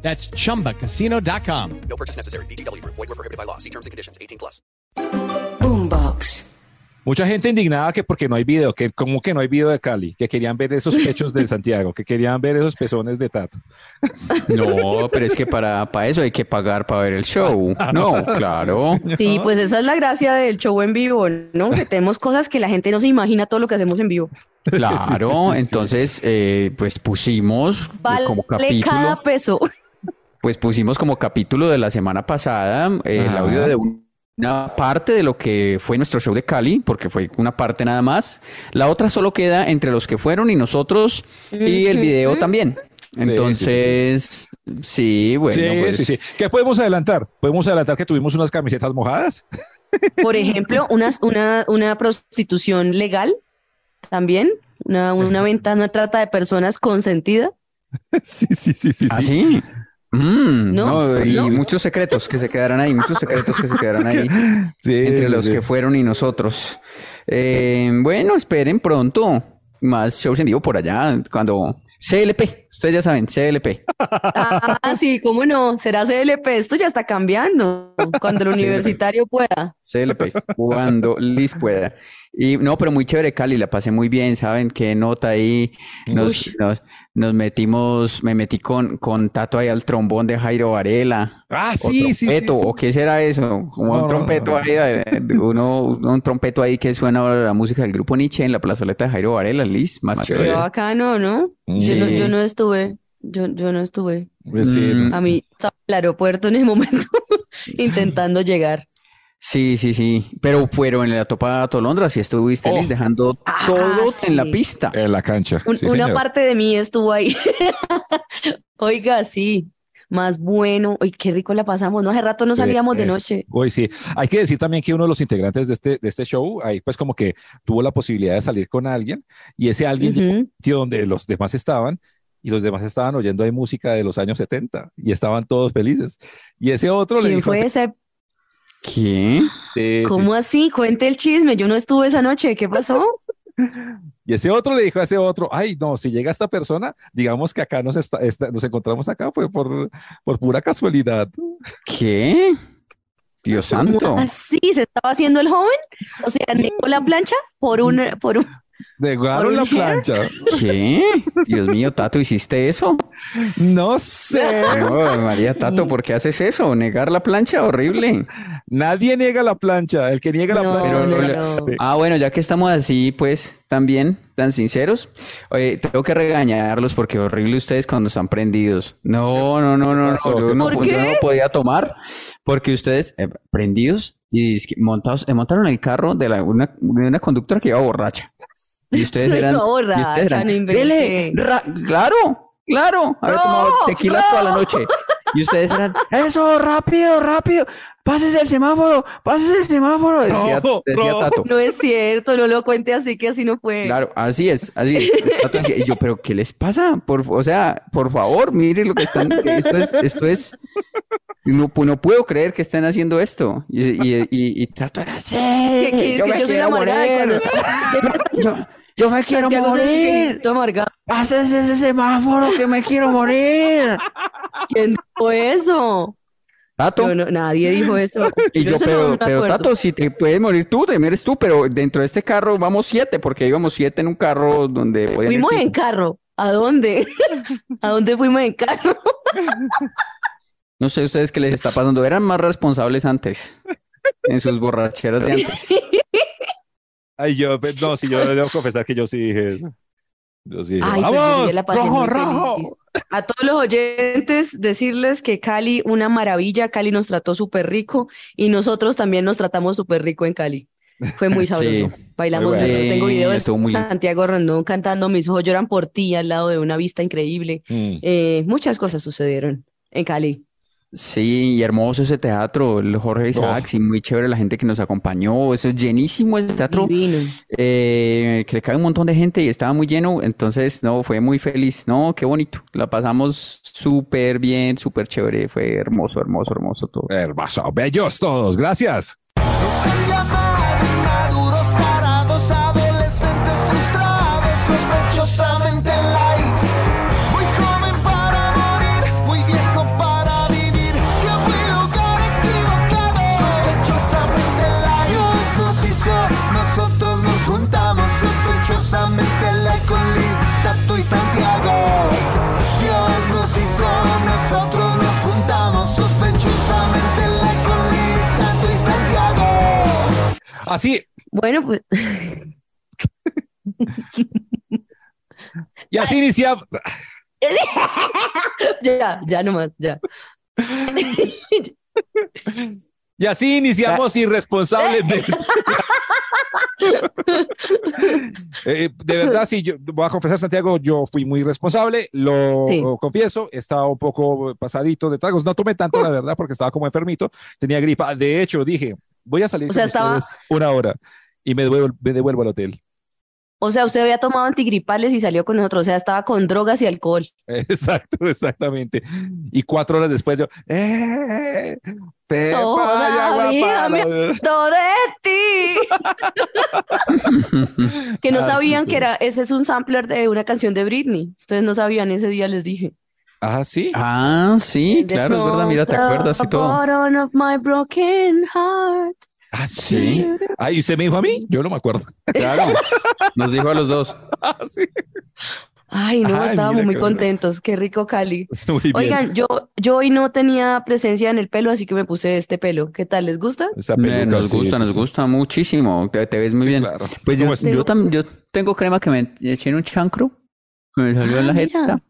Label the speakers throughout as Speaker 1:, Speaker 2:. Speaker 1: That's chumbacasino.com.
Speaker 2: No purchase necessary. BGW. Void were prohibited by law. See terms and conditions. 18 plus.
Speaker 3: Boombox.
Speaker 4: Mucha gente indignada que porque no hay video, que como que no hay video de Cali, que querían ver esos pechos de Santiago, que querían ver esos pezones de Tato.
Speaker 5: No, pero es que para, para eso hay que pagar para ver el show. No, claro.
Speaker 6: Sí, pues esa es la gracia del show en vivo, ¿no? Que tenemos cosas que la gente no se imagina todo lo que hacemos en vivo.
Speaker 5: Claro.
Speaker 4: Sí, sí, sí,
Speaker 5: Entonces, eh, pues pusimos
Speaker 6: Vale
Speaker 5: como capítulo,
Speaker 6: cada peso.
Speaker 5: pues pusimos como capítulo de la semana pasada eh, el
Speaker 4: Ajá.
Speaker 5: audio de un- una parte de lo que fue nuestro show de Cali, porque fue una parte nada más. La otra solo queda entre los que fueron y nosotros y el video también.
Speaker 4: sí.
Speaker 5: Entonces, sí, bueno,
Speaker 4: sí,
Speaker 5: pues,
Speaker 4: sí, sí. ¿Qué podemos adelantar? Podemos adelantar que tuvimos unas camisetas mojadas.
Speaker 6: Por ejemplo, unas, una, una prostitución legal también, una, una venta, una trata de personas consentida.
Speaker 4: Sí, sí, sí, sí.
Speaker 5: ¿Ah, sí? Mm,
Speaker 6: No,
Speaker 5: no,
Speaker 6: sí,
Speaker 5: y
Speaker 6: no.
Speaker 5: muchos secretos que se quedarán ahí, muchos secretos que se quedarán ahí
Speaker 4: Sí,
Speaker 5: entre
Speaker 4: sí,
Speaker 5: los
Speaker 4: sí.
Speaker 5: que fueron y nosotros. Eh, bueno, esperen pronto más shows en vivo por allá cuando CLP, ustedes ya saben, CLP.
Speaker 6: Ah, sí, cómo no, será CLP, esto ya está cambiando cuando el universitario pueda.
Speaker 5: CLP, cuando Liz pueda. Y no, pero muy chévere, Cali, la pasé muy bien, ¿saben? Qué nota ahí. Nos, nos, nos metimos, me metí con, con Tato ahí al trombón de Jairo Varela.
Speaker 4: Ah,
Speaker 5: O
Speaker 4: sí, sí, sí,
Speaker 5: trompeto,
Speaker 4: sí.
Speaker 5: ¿o qué será eso? Como
Speaker 4: No, no,
Speaker 5: un trompeto
Speaker 4: no.
Speaker 5: ahí, eh, uno, un trompeto ahí que suena ahora la música del grupo Nietzsche en la plazoleta de Jairo Varela, Liz, más
Speaker 6: Pero
Speaker 5: chévere.
Speaker 6: bacano, ¿no? Yo no,
Speaker 5: Sí.
Speaker 6: yo no estuve, yo, yo no estuve.
Speaker 4: Pues sí,
Speaker 5: Mm.
Speaker 4: pues-
Speaker 6: A mí estaba en el aeropuerto en ese momento intentando llegar.
Speaker 5: Sí, sí, sí. Pero fueron en la topa de Tolondra, si estuviste,
Speaker 4: Oh.
Speaker 5: Liz, dejando
Speaker 6: Ah,
Speaker 5: todo en la
Speaker 6: sí.
Speaker 5: pista.
Speaker 4: En la cancha.
Speaker 6: Un-
Speaker 4: sí,
Speaker 6: una
Speaker 4: señor.
Speaker 6: parte de mí estuvo ahí. Oiga, sí, más bueno. Oye, qué rico la pasamos, ¿no? Hace rato no
Speaker 4: Sí,
Speaker 6: salíamos de
Speaker 4: eh.
Speaker 6: noche.
Speaker 4: Uy, sí. Hay que decir también que uno de los integrantes de este, de este show, ahí pues como que tuvo la posibilidad de salir con alguien y ese alguien llegó a
Speaker 6: Ujú.
Speaker 4: un sitio donde los demás estaban y los demás estaban oyendo ahí música de los años 70 y estaban todos felices. Y ese otro le
Speaker 6: ¿Quién
Speaker 4: dijo,
Speaker 6: fue ese?
Speaker 4: Sí,
Speaker 5: ¿Qué?
Speaker 4: sí,
Speaker 6: ¿Cómo así? Cuente el chisme. Yo no estuve esa noche. ¿Qué pasó?
Speaker 4: Y ese otro le dijo a ese otro, ay, no, si llega esta persona, digamos que acá nos, está, está- nos encontramos acá, fue por, por pura casualidad.
Speaker 5: ¿Qué? Dios santo.
Speaker 6: ¿Así se estaba haciendo el joven? O sea, negó
Speaker 5: Mm.
Speaker 6: la plancha por un, por un...
Speaker 4: Dejaron
Speaker 6: ¿Por
Speaker 4: la
Speaker 6: un hair?
Speaker 4: plancha.
Speaker 5: ¿Qué? Dios mío, Tato, ¿hiciste eso?
Speaker 4: No sé.
Speaker 5: No, María Tato, ¿por qué haces eso? Negar la plancha, horrible.
Speaker 4: Nadie niega la plancha. El que niega la
Speaker 6: No,
Speaker 4: plancha.
Speaker 5: no,
Speaker 4: niega-
Speaker 6: no.
Speaker 4: Sí.
Speaker 5: Ah, bueno, ya que estamos así, pues, también, tan sinceros, oye, tengo que regañarlos porque horrible ustedes cuando están prendidos. No, no, no, no, no,
Speaker 4: pasó?
Speaker 5: yo
Speaker 4: ¿Qué
Speaker 5: no,
Speaker 6: pasó?
Speaker 5: yo no
Speaker 6: ¿Por qué?
Speaker 5: podía tomar porque ustedes eh, prendidos y dizque montados, eh, montaron el carro de la, una, de una conductora que iba borracha. Y ustedes
Speaker 6: No
Speaker 5: eran, y
Speaker 6: iba
Speaker 5: ustedes
Speaker 6: borracha,
Speaker 5: eran,
Speaker 6: no inventé.
Speaker 5: "Dele, ra- claro, claro, había
Speaker 6: No,
Speaker 5: tomado tequila toda la noche. Y ustedes eran, eso, rápido, rápido, pásese el semáforo, pásese el semáforo, decía,
Speaker 4: No,
Speaker 5: decía
Speaker 4: no.
Speaker 5: Tato.
Speaker 6: No es cierto, no lo cuente así que así no fue.
Speaker 5: Claro, así es, así es. Tato decía, Y yo, pero ¿qué les pasa? Por, o sea, por favor, mire lo que están. Esto es, esto es. No, pu- no puedo creer que estén haciendo esto. Y, y, y, y Tato era, "Sí,
Speaker 6: Que- que-
Speaker 5: Eh, yo
Speaker 6: que
Speaker 5: me
Speaker 6: yo soy la
Speaker 5: quiero
Speaker 6: amargada y cuando
Speaker 5: morir.
Speaker 6: está- de fiesta,
Speaker 5: Yo, yo me quiero
Speaker 6: Santiago se dice que
Speaker 5: morir.
Speaker 6: grito amargado.
Speaker 5: Haces ese semáforo que me quiero morir.
Speaker 6: ¿Quién dijo eso?
Speaker 5: Tato.
Speaker 6: Yo no- nadie dijo eso.
Speaker 5: Y yo,
Speaker 6: eso no
Speaker 5: pero,
Speaker 6: me
Speaker 5: pero
Speaker 6: acuerdo.
Speaker 5: Tato, si te puedes morir tú, te mueres tú, pero dentro de este carro vamos siete, porque íbamos siete en un carro donde podían ir
Speaker 6: Fuimos en
Speaker 5: cinco.
Speaker 6: carro. ¿A dónde? ¿A dónde fuimos en carro?
Speaker 5: No sé ustedes qué les está pasando. Eran más responsables antes. En sus borracheras de antes.
Speaker 4: Ay, yo, pues, no, si yo debo confesar que yo sí dije eso. Yo sí dije,
Speaker 6: Ay, pues yo
Speaker 4: ¡Vamos!
Speaker 6: ya la pasé
Speaker 4: ¡Rojo,
Speaker 6: muy
Speaker 4: rojo!
Speaker 6: feliz. A todos los oyentes, decirles que Cali, una maravilla, Cali nos trató súper rico y nosotros también nos tratamos súper rico en Cali. Fue muy sabroso. Bailamos
Speaker 4: Muy bueno.
Speaker 6: mucho. Tengo videos
Speaker 5: Estuvo muy
Speaker 6: de
Speaker 5: lindo.
Speaker 6: Santiago Rondón cantando Mis ojos lloran por ti al lado de una vista increíble.
Speaker 4: Mm.
Speaker 6: Eh, muchas cosas sucedieron en Cali.
Speaker 5: Sí, y hermoso ese teatro, el Jorge Isaacs, y muy chévere la gente que nos acompañó. Eso es llenísimo ese teatro,
Speaker 6: Divino.
Speaker 5: eh, que le cabe un montón de gente y estaba muy lleno. Entonces, no, fue muy feliz. No, qué bonito. La pasamos súper bien, súper chévere. Fue hermoso, hermoso, hermoso todo.
Speaker 4: Hermoso, bellos todos, gracias.
Speaker 7: llamar inmaduros, tarados, adolescentes frustrados, sospechosamente light. Muy joven para morir, muy viejo para vivir. Que fue lugar equivocado, sospechosamente light. Dios nos hizo, nosotros nos juntamos, sospechosamente light con Liz, Tato y Santiago. Dios nos hizo, nosotros nos juntamos, sospechosamente light con Liz, Tato y Santiago.
Speaker 4: Así,
Speaker 6: Bueno, pues
Speaker 4: y así iniciamos.
Speaker 6: ya, ya nomás, ya.
Speaker 4: Y así iniciamos irresponsablemente. Eh, de verdad, sí, yo voy a confesar, Santiago, yo fui muy responsable, lo
Speaker 6: Sí.
Speaker 4: confieso, estaba un poco pasadito de tragos, no tomé tanto, la verdad, porque estaba como enfermito, tenía gripa. De hecho, dije, voy a salir
Speaker 6: O sea,
Speaker 4: con
Speaker 6: estaba-
Speaker 4: ustedes una hora y me devuelvo, me devuelvo al hotel.
Speaker 6: O sea, usted había tomado antigripales y salió con nosotros, o sea, estaba con drogas y alcohol.
Speaker 4: Exacto, exactamente. Y cuatro horas después yo, ¡eh! Pepa,
Speaker 6: Todavía
Speaker 4: ya,
Speaker 6: me
Speaker 4: guapa,
Speaker 6: acuerdo de ti. que
Speaker 5: Ah,
Speaker 6: no
Speaker 4: Así
Speaker 6: sabían que
Speaker 4: es.
Speaker 6: era, ese es un sampler de una canción de Britney. Ustedes no sabían, ese día les dije.
Speaker 4: Ah, sí.
Speaker 5: Ah, sí,
Speaker 6: De
Speaker 5: claro, es verdad. Mira, te
Speaker 6: pronto,
Speaker 5: acuerdas y todo.
Speaker 6: bottom of my broken heart.
Speaker 4: Ah, sí. Ah, ¿y usted me dijo a mí? Yo no me acuerdo.
Speaker 5: Claro, nos dijo a los dos.
Speaker 4: Ah, sí.
Speaker 6: Ay, no,
Speaker 4: Ay,
Speaker 6: estábamos
Speaker 4: mira
Speaker 6: muy
Speaker 4: qué bueno.
Speaker 6: contentos. Qué rico, Cali.
Speaker 4: Muy bien.
Speaker 6: Oigan, yo, yo hoy no tenía presencia en el pelo, así que me puse este pelo. ¿Qué tal? ¿Les gusta?
Speaker 4: Esa
Speaker 5: Eh,
Speaker 4: peluca,
Speaker 5: nos
Speaker 4: sí,
Speaker 5: gusta,
Speaker 4: sí,
Speaker 5: nos
Speaker 4: sí.
Speaker 5: gusta muchísimo. Te, te ves muy
Speaker 4: Sí,
Speaker 5: bien.
Speaker 4: claro.
Speaker 5: Pues yo,
Speaker 4: ¿Cómo es?
Speaker 5: yo tam- yo tengo crema que me eché en un chancro, que me salió en la
Speaker 6: Ah, mira.
Speaker 5: jeta.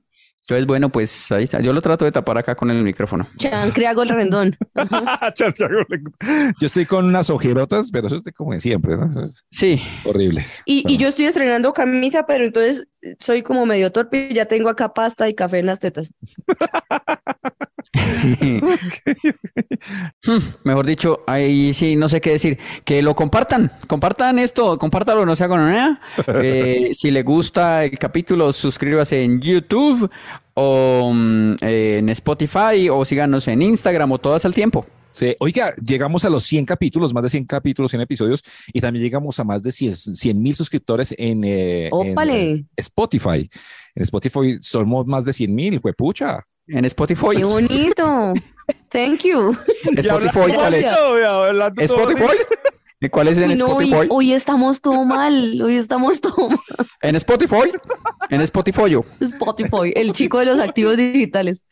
Speaker 5: Entonces, bueno, pues ahí está. Yo lo trato de tapar acá con el micrófono.
Speaker 6: Chancreago el rendón.
Speaker 4: Santiago, le- Yo estoy con unas ojerotas, pero eso es de como de siempre, ¿no? Eso es
Speaker 5: Sí,
Speaker 4: Horrible.
Speaker 6: Y, y yo estoy estrenando camisa, pero entonces eh, soy como medio torpe y ya tengo acá pasta y café en las tetas.
Speaker 5: Hmm, mejor dicho, ahí sí, no sé qué decir. Que lo compartan, compartan esto, compártalo, no sea con nada. Eh, si le gusta el capítulo, suscríbase en YouTube o mm, eh, en Spotify o síganos en Instagram o todas al tiempo.
Speaker 4: Sí, Oiga, llegamos a los 100 capítulos, más de 100 capítulos, 100 episodios, y también llegamos a más de 100 mil suscriptores en, eh, en,
Speaker 6: Ópale.
Speaker 4: eh, Spotify. En Spotify somos más de 100 mil, pucha.
Speaker 5: En Spotify.
Speaker 6: ¡Qué bonito! Thank you.
Speaker 5: Spotify, ¿cuál es? Spotify. ¿Cuál es en
Speaker 6: Uy, no, oh. hoy,
Speaker 5: Spotify?
Speaker 6: hoy estamos todo mal. Hoy estamos todo mal.
Speaker 5: En Spotify. En Spotify. yo.
Speaker 6: Spotify, el chico de los activos digitales.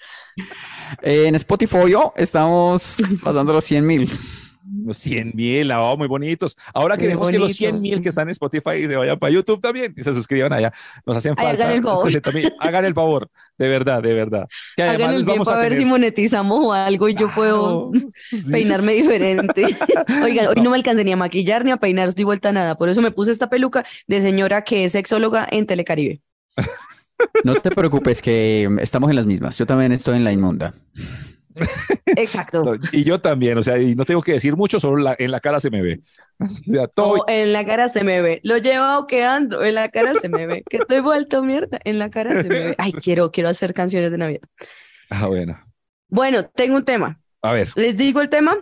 Speaker 5: En Spotify yo, estamos pasando los 100 mil.
Speaker 4: Los 100 mil, oh, muy bonitos. Ahora
Speaker 6: Muy
Speaker 4: queremos que los
Speaker 6: bonito.
Speaker 4: 100 mil que están en Spotify se vayan para YouTube también y se suscriban allá. Nos hacen
Speaker 6: Ay,
Speaker 4: falta.
Speaker 6: hagan el favor.
Speaker 4: 60.000. Hagan el favor, de verdad, de verdad. Que
Speaker 6: Hagan el bien para ver si monetizamos o algo y yo puedo
Speaker 4: sí.
Speaker 6: peinarme diferente. Oigan, hoy no me alcancé ni a maquillar ni a peinar, estoy vuelta a nada. Por eso me puse esta peluca de señora que es sexóloga en Telecaribe.
Speaker 5: No te preocupes, que estamos en las mismas. Yo también estoy en la inmunda.
Speaker 6: Exacto.
Speaker 4: No, y yo también, o sea, y no tengo que decir mucho, solo la- en la cara se me ve. O sea, todo.
Speaker 6: O Oh, en la cara se me ve. Lo lleva oqueando. En la cara se me ve. Que estoy vuelto mierda. En la cara se me ve. Ay, quiero, quiero hacer canciones de Navidad.
Speaker 4: Ah, bueno.
Speaker 6: Bueno, tengo un tema.
Speaker 4: A ver,
Speaker 6: Les digo el tema.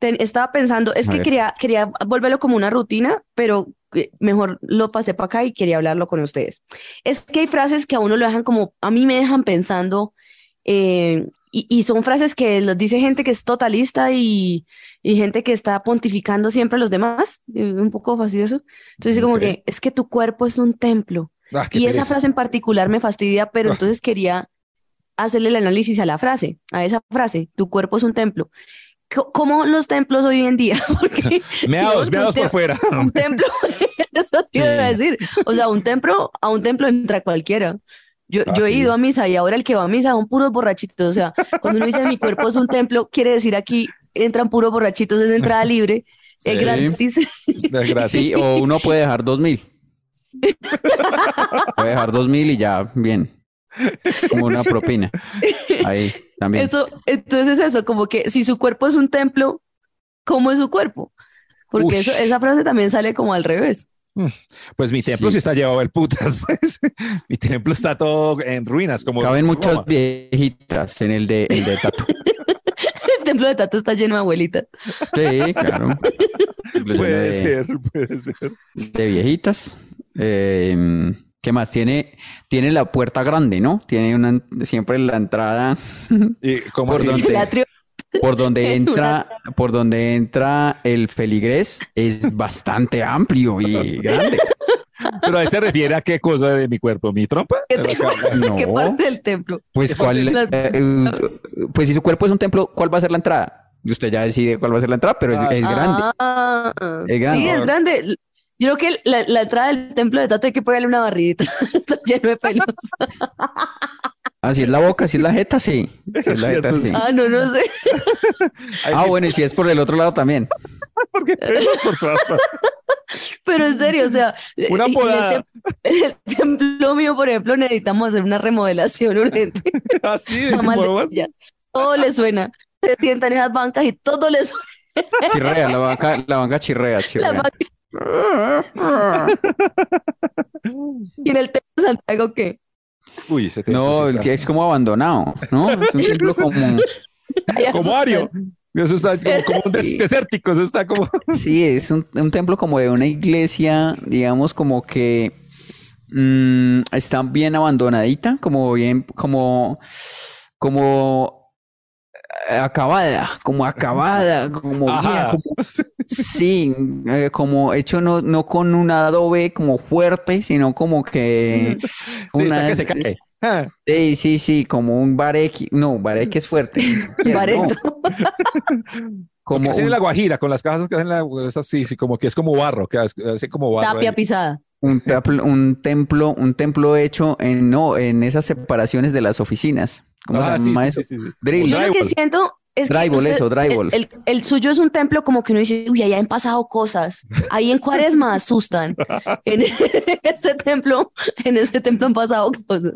Speaker 6: Ten- estaba pensando, es
Speaker 5: A
Speaker 6: que
Speaker 5: ver.
Speaker 6: quería, quería volverlo como una rutina, pero eh, mejor lo pasé para acá y quería hablarlo con ustedes. Es que hay frases que a uno lo dejan como, a mí me dejan pensando, eh, y, y son frases que los dice gente que es totalista y, y gente que está pontificando siempre a los demás, eh, un poco fastidioso. Entonces, como
Speaker 4: Ok.
Speaker 6: que es que tu cuerpo es un templo.
Speaker 4: Ah, qué
Speaker 6: Y esa
Speaker 4: pereza.
Speaker 6: frase en particular me fastidia, pero
Speaker 4: Ah.
Speaker 6: entonces quería hacerle el análisis a la frase, a esa frase, tu cuerpo es un templo. Co- ¿Cómo los templos hoy en día? Porque
Speaker 4: Meados,
Speaker 6: Dios,
Speaker 4: meados por
Speaker 6: usted-
Speaker 4: fuera.
Speaker 6: un templo, eso te iba a
Speaker 5: Sí.
Speaker 6: decir. O sea, un templo, a un templo entra cualquiera. Yo,
Speaker 4: Ah,
Speaker 6: yo he
Speaker 4: sí.
Speaker 6: ido a misa y ahora el que va a misa son puros borrachitos. O sea, cuando uno dice mi cuerpo es un templo, quiere decir aquí entran puros borrachitos, es entrada libre,
Speaker 5: Sí.
Speaker 6: es gratis.
Speaker 4: Gracias.
Speaker 5: Sí, o uno puede dejar 2 mil. Puede dejar 2 mil y ya, bien. como una propina. Ahí también.
Speaker 6: Eso, entonces eso, como que si su cuerpo es un templo, ¿cómo es su cuerpo? Porque eso-
Speaker 4: Ush.
Speaker 6: esa frase también sale como al revés.
Speaker 4: Pues mi templo
Speaker 5: Sí.
Speaker 4: sí, está llevado al putas, pues. Mi templo está todo en ruinas, como
Speaker 5: Caben
Speaker 4: Roma.
Speaker 5: muchas viejitas en el de, el de Tato.
Speaker 6: El templo de Tato está lleno de abuelitas.
Speaker 5: Sí, claro. Lleno
Speaker 4: Puede
Speaker 5: de-
Speaker 4: ser, puede ser.
Speaker 5: de viejitas. Eh, ¿qué más? Tiene, tiene la puerta grande, ¿no? Tiene una, siempre la entrada
Speaker 4: ¿Y cómo
Speaker 5: Por
Speaker 4: así?
Speaker 5: donde-
Speaker 6: El atrio,
Speaker 5: por donde
Speaker 6: Una
Speaker 5: entra, por donde entra el feligrés es bastante amplio y grande.
Speaker 4: Pero a eso se refiere a qué cosa de mi cuerpo, mi trompa.
Speaker 6: ¿qué, te-
Speaker 5: No.
Speaker 6: qué parte del templo?
Speaker 5: Pues cuál,
Speaker 6: La-
Speaker 5: eh, pues si su cuerpo es un templo, ¿cuál va a ser la entrada? Usted ya decide cuál va a ser la entrada, pero es,
Speaker 4: Ah,
Speaker 5: es grande.
Speaker 6: Ah,
Speaker 5: Es grande.
Speaker 6: Sí, es grande. Yo creo que la, la entrada del templo de Tato hay que pegarle una barridita. Está lleno de pelos.
Speaker 5: Así Ah, es la boca, así es la jeta, sí. Si es la
Speaker 4: Es cierto,
Speaker 5: jeta, sí.
Speaker 4: sí.
Speaker 6: Ah, no, no sé.
Speaker 4: Ay,
Speaker 5: Ah,
Speaker 4: sí,
Speaker 5: bueno, y si es por el otro lado también.
Speaker 4: porque pelos por todas partes.
Speaker 6: Pero en serio, o sea,
Speaker 4: Una
Speaker 6: y- y el
Speaker 4: podada.
Speaker 6: tem- En el templo mío, por ejemplo, necesitamos hacer una remodelación urgente.
Speaker 4: Así de
Speaker 6: Nada más de
Speaker 4: como
Speaker 6: sillas. Todo le suena. Se sientan en esas bancas y todo le suena.
Speaker 5: Chirrea, la banca, la banca chirrea,
Speaker 6: La
Speaker 5: chirrea.
Speaker 6: banca. Y en el templo de Santiago, ¿qué?
Speaker 4: Uy, ese templo
Speaker 5: No,
Speaker 4: sí
Speaker 5: el
Speaker 4: está-
Speaker 5: que es como abandonado, ¿no? Es un templo como...
Speaker 6: Ahí
Speaker 4: Como
Speaker 6: asustan.
Speaker 4: Ario. Eso está como, como un des- desértico, eso está como.
Speaker 5: Sí, es un, un templo como de una iglesia, digamos como que mm, está bien abandonadita, como bien, como, como eh, acabada, como acabada, como vieja,
Speaker 4: Ajá.
Speaker 5: como- sí, eh, como hecho no, no con un adobe como fuerte, sino como que
Speaker 4: Sí, está
Speaker 5: una-
Speaker 4: que se cae. Ah,
Speaker 5: Sí, sí, sí, como un barequi, no, barequi es fuerte, ni siquiera, no,
Speaker 6: Bareto.
Speaker 5: como
Speaker 4: Como hacen en
Speaker 5: un-
Speaker 4: la Guajira, con las casas que hacen en la esas sí, sí, como que es como barro, que hace hace como barro.
Speaker 6: Tapia
Speaker 4: ahí.
Speaker 6: pisada.
Speaker 5: Un templo, un templo, un templo hecho en, no, en esas separaciones de las oficinas. ¿Cómo se
Speaker 4: Ah, sí,
Speaker 5: llama
Speaker 4: sí,
Speaker 5: eso?
Speaker 4: sí, sí, sí.
Speaker 5: Drill.
Speaker 6: Yo lo que
Speaker 4: Drywall.
Speaker 6: siento es que
Speaker 5: Drywall,
Speaker 6: usted-
Speaker 5: eso, drywall.
Speaker 6: El, el- el suyo es un templo como que uno dice, uy, allá han pasado cosas. Ahí en Cuaresma asustan. En ese templo, en ese templo han pasado cosas.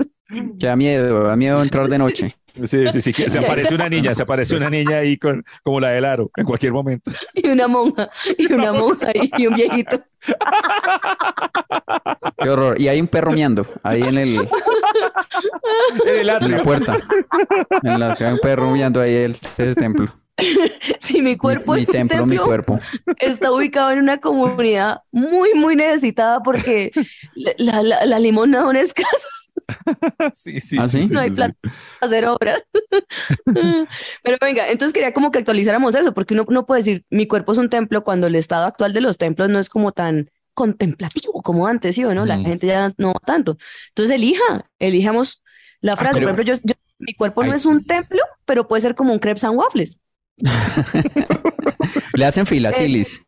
Speaker 5: Que da miedo, da miedo entrar de noche.
Speaker 4: Sí, sí, sí, que se aparece una niña, se aparece una niña ahí con, como la del aro, en cualquier momento.
Speaker 6: Y una monja, y una monja, y un viejito.
Speaker 5: Qué horror. Y hay un perro miando ahí en el,
Speaker 4: En el
Speaker 5: en la
Speaker 4: atrio.
Speaker 5: puerta. En la- hay un perro miando ahí el, ese templo.
Speaker 6: Si mi
Speaker 5: Mi,
Speaker 6: cuerpo
Speaker 5: mi
Speaker 6: es un
Speaker 5: templo, mi cuerpo.
Speaker 6: está ubicado en una comunidad muy, muy necesitada porque la, la, la, la limona no es escasa,
Speaker 4: Sí, sí,
Speaker 5: ¿Ah,
Speaker 4: sí,
Speaker 5: sí?
Speaker 4: sí,
Speaker 6: no hay
Speaker 4: sí,
Speaker 6: plata para hacer obras. Pero venga, entonces quería como que actualizáramos eso, porque uno no puede decir mi cuerpo es un templo cuando el estado actual de los templos no es como tan contemplativo como antes, ¿sí o no? La
Speaker 4: Ujú.
Speaker 6: gente ya no va tanto. Entonces elija, elijamos la frase.
Speaker 4: pero-
Speaker 6: Por ejemplo, yo, yo- mi cuerpo no
Speaker 5: Ah, Ay.
Speaker 6: es un templo, pero puede ser como un crepes and waffles.
Speaker 5: Le hacen
Speaker 6: Eh,
Speaker 5: fila, Silis.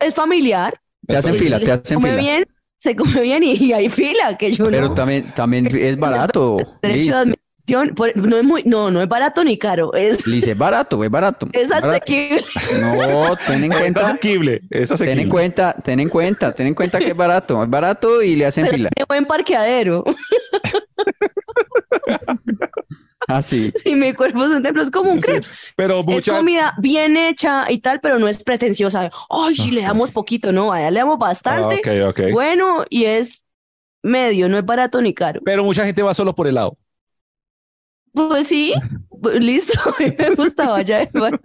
Speaker 6: Es familiar,
Speaker 5: Te hacen fila, te hacen
Speaker 6: come
Speaker 5: fila.
Speaker 6: bien, se come bien y, y hay fila, que yo no.
Speaker 5: Pero también, también es barato. Liz,
Speaker 6: Derecho de admisión, por- no es muy, no, no es barato ni caro, es,
Speaker 5: Liz, es barato, es barato.
Speaker 6: es
Speaker 5: es barato.
Speaker 6: asequible.
Speaker 5: No, ten en
Speaker 4: Es
Speaker 5: cuenta.
Speaker 4: asequible, es
Speaker 5: Ten en
Speaker 4: asequible.
Speaker 5: cuenta, ten en cuenta, ten en cuenta que es barato, es barato y le hacen fila.
Speaker 6: Tiene buen parqueadero.
Speaker 5: Así.
Speaker 6: Si mi cuerpo es un templo, es como un crepes.
Speaker 4: Pero
Speaker 6: Es
Speaker 4: mucha,
Speaker 6: comida bien hecha y tal, pero no es pretenciosa. Ay, si le damos poquito, no, allá le damos bastante.
Speaker 4: Ah, ok, ok.
Speaker 6: Bueno, y es medio, no es barato ni caro.
Speaker 4: pero mucha gente va solo por el lado.
Speaker 6: Pues sí, listo, a mí me gustaba ya. bueno,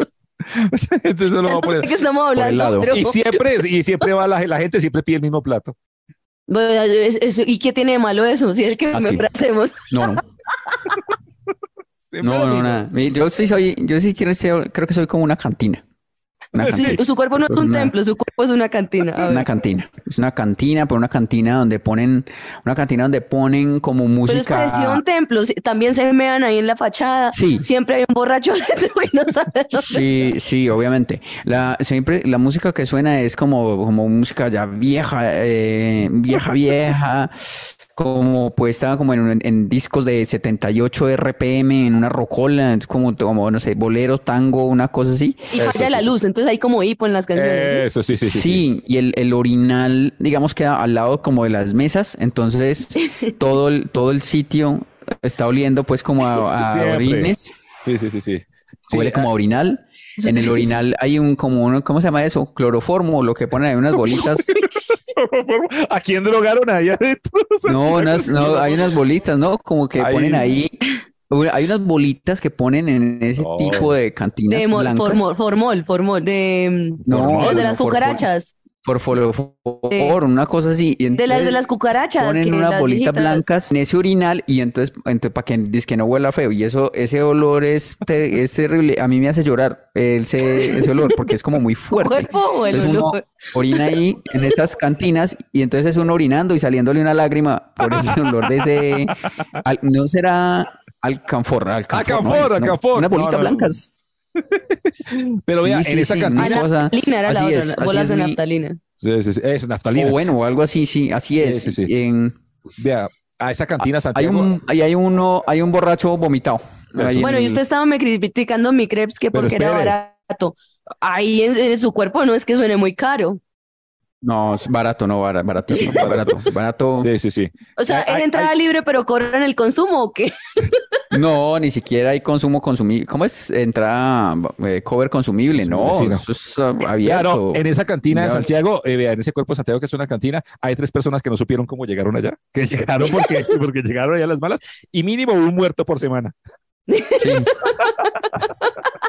Speaker 4: Mucha gente solo va
Speaker 6: ya no
Speaker 4: por
Speaker 6: sé
Speaker 4: el
Speaker 6: de qué estamos
Speaker 5: el
Speaker 6: hablando,
Speaker 5: lado.
Speaker 6: pero-
Speaker 4: Y siempre, y siempre va la, la gente, siempre pide el mismo plato.
Speaker 6: Bueno, es- es- ¿Y qué tiene de malo eso? Si es el que
Speaker 5: Ah,
Speaker 6: me
Speaker 5: sí.
Speaker 6: hacemos.
Speaker 5: No, no,
Speaker 4: Siempre
Speaker 5: no,
Speaker 4: lo mismo.
Speaker 5: nada. Mi- Yo sí soy, yo sí quiero ser- creo que soy como una cantina. Una
Speaker 4: Sí.
Speaker 5: cantina.
Speaker 6: su cuerpo no es
Speaker 5: Pues
Speaker 6: un
Speaker 5: nada.
Speaker 6: templo, su cuerpo es una cantina. A ver.
Speaker 5: Una cantina. Es una cantina, pero una cantina donde ponen, una cantina donde ponen como
Speaker 6: Pero es parecido a
Speaker 5: música.
Speaker 6: un templo. sí, También se mean ahí en la fachada.
Speaker 5: Sí.
Speaker 6: Siempre hay un borracho dentro que no sabe dónde.
Speaker 5: Sí, sí, obviamente. La, siempre la música que suena es como, como música ya vieja, eh, vieja, vieja, como puesta como en, en discos de 78 RPM, en una rocola, es como, como, no sé, bolero, tango, una cosa así.
Speaker 6: Y falla la luz. Entonces hay como hipo en las canciones. ¿sí?
Speaker 4: Eso, sí, sí, sí. sí.
Speaker 5: Sí, y el, el orinal, digamos, queda al lado como de las mesas, entonces todo el, todo el sitio está oliendo pues como a, a
Speaker 4: Siempre.
Speaker 5: orines,
Speaker 4: Sí, sí, sí, sí. Sí,
Speaker 5: huele
Speaker 6: ah,
Speaker 5: como a orinal. En el orinal hay un como uno, ¿cómo se llama eso? Cloroformo, lo que ponen ahí unas bolitas.
Speaker 4: ¿A quién drogaron ahí adentro?
Speaker 5: No, unas- no, hay unas bolitas, ¿no? Como que
Speaker 4: Ahí.
Speaker 5: ponen ahí. Bueno, Hay unas bolitas que ponen en ese
Speaker 4: No.
Speaker 5: tipo de cantinas
Speaker 6: De mol-
Speaker 5: blancas.
Speaker 6: formol, formol, formol, de,
Speaker 5: No,
Speaker 6: o de
Speaker 5: no,
Speaker 6: las
Speaker 5: por-
Speaker 6: cucarachas,
Speaker 5: Por folofor, una cosa así. y
Speaker 6: de las de
Speaker 5: entonces
Speaker 6: las cucarachas,
Speaker 5: Ponen
Speaker 6: que
Speaker 5: unas
Speaker 6: las
Speaker 5: bolitas
Speaker 6: viejitas-
Speaker 5: blancas en ese orinal y entonces, entonces para que, dice que no huela feo. Y eso, ese olor es, te- es terrible. A mí me hace llorar ese, ese olor porque es como muy fuerte.
Speaker 6: cuerpo o el
Speaker 5: Entonces uno
Speaker 6: olor.
Speaker 5: orina ahí en esas cantinas y entonces es uno orinando y saliéndole una lágrima por el olor de ese. al- no será alcanfor, alcanfor. no
Speaker 4: Alcanfor,
Speaker 5: es, no,
Speaker 4: alcanfor.
Speaker 5: Unas bolitas
Speaker 4: No, no, no.
Speaker 5: blancas.
Speaker 4: Pero vea,
Speaker 5: Sí,
Speaker 4: en
Speaker 5: sí,
Speaker 4: esa
Speaker 5: sí,
Speaker 4: cantina.
Speaker 6: Ah,
Speaker 5: una cosa-
Speaker 6: naftalina era la
Speaker 5: así
Speaker 6: otra,
Speaker 5: es,
Speaker 6: las
Speaker 5: así
Speaker 6: bolas
Speaker 5: es
Speaker 6: de
Speaker 5: mi-
Speaker 6: naftalina.
Speaker 4: Sí, sí, sí, Es naftalina.
Speaker 5: O bueno, o algo así, sí, así es.
Speaker 4: sí, sí.
Speaker 5: En-
Speaker 4: Vea, a esa cantina
Speaker 5: Ah, hay
Speaker 4: Santiago.
Speaker 5: un, ahí hay uno, hay un borracho vomitado.
Speaker 4: Eso.
Speaker 5: Ahí en
Speaker 6: Bueno, y
Speaker 5: el-
Speaker 6: usted estaba me criticando mi crepes que
Speaker 4: Pero
Speaker 6: porque era
Speaker 4: espere.
Speaker 6: barato. Ahí en, en su cuerpo no es que suene muy caro.
Speaker 5: No, es barato, no, bara- baratísimo, barato, barato.
Speaker 4: Sí, sí, sí.
Speaker 6: O sea,
Speaker 4: Ay,
Speaker 6: es
Speaker 4: ay,
Speaker 6: entrada
Speaker 4: ay.
Speaker 6: libre, pero cobran el consumo o qué?
Speaker 5: No, ni siquiera hay consumo consumible. ¿Cómo es? Entra eh, cover consumible, no,
Speaker 4: Sí, no.
Speaker 5: eso es ah,
Speaker 4: Vea, no,
Speaker 5: abierto.
Speaker 4: en esa cantina de
Speaker 5: Ya.
Speaker 4: Santiago, eh, vea, en ese cuerpo de Santiago que es una cantina, hay tres personas que no supieron cómo llegaron allá, que llegaron porque, porque llegaron allá a las malas, y mínimo un muerto por semana.
Speaker 5: Sí.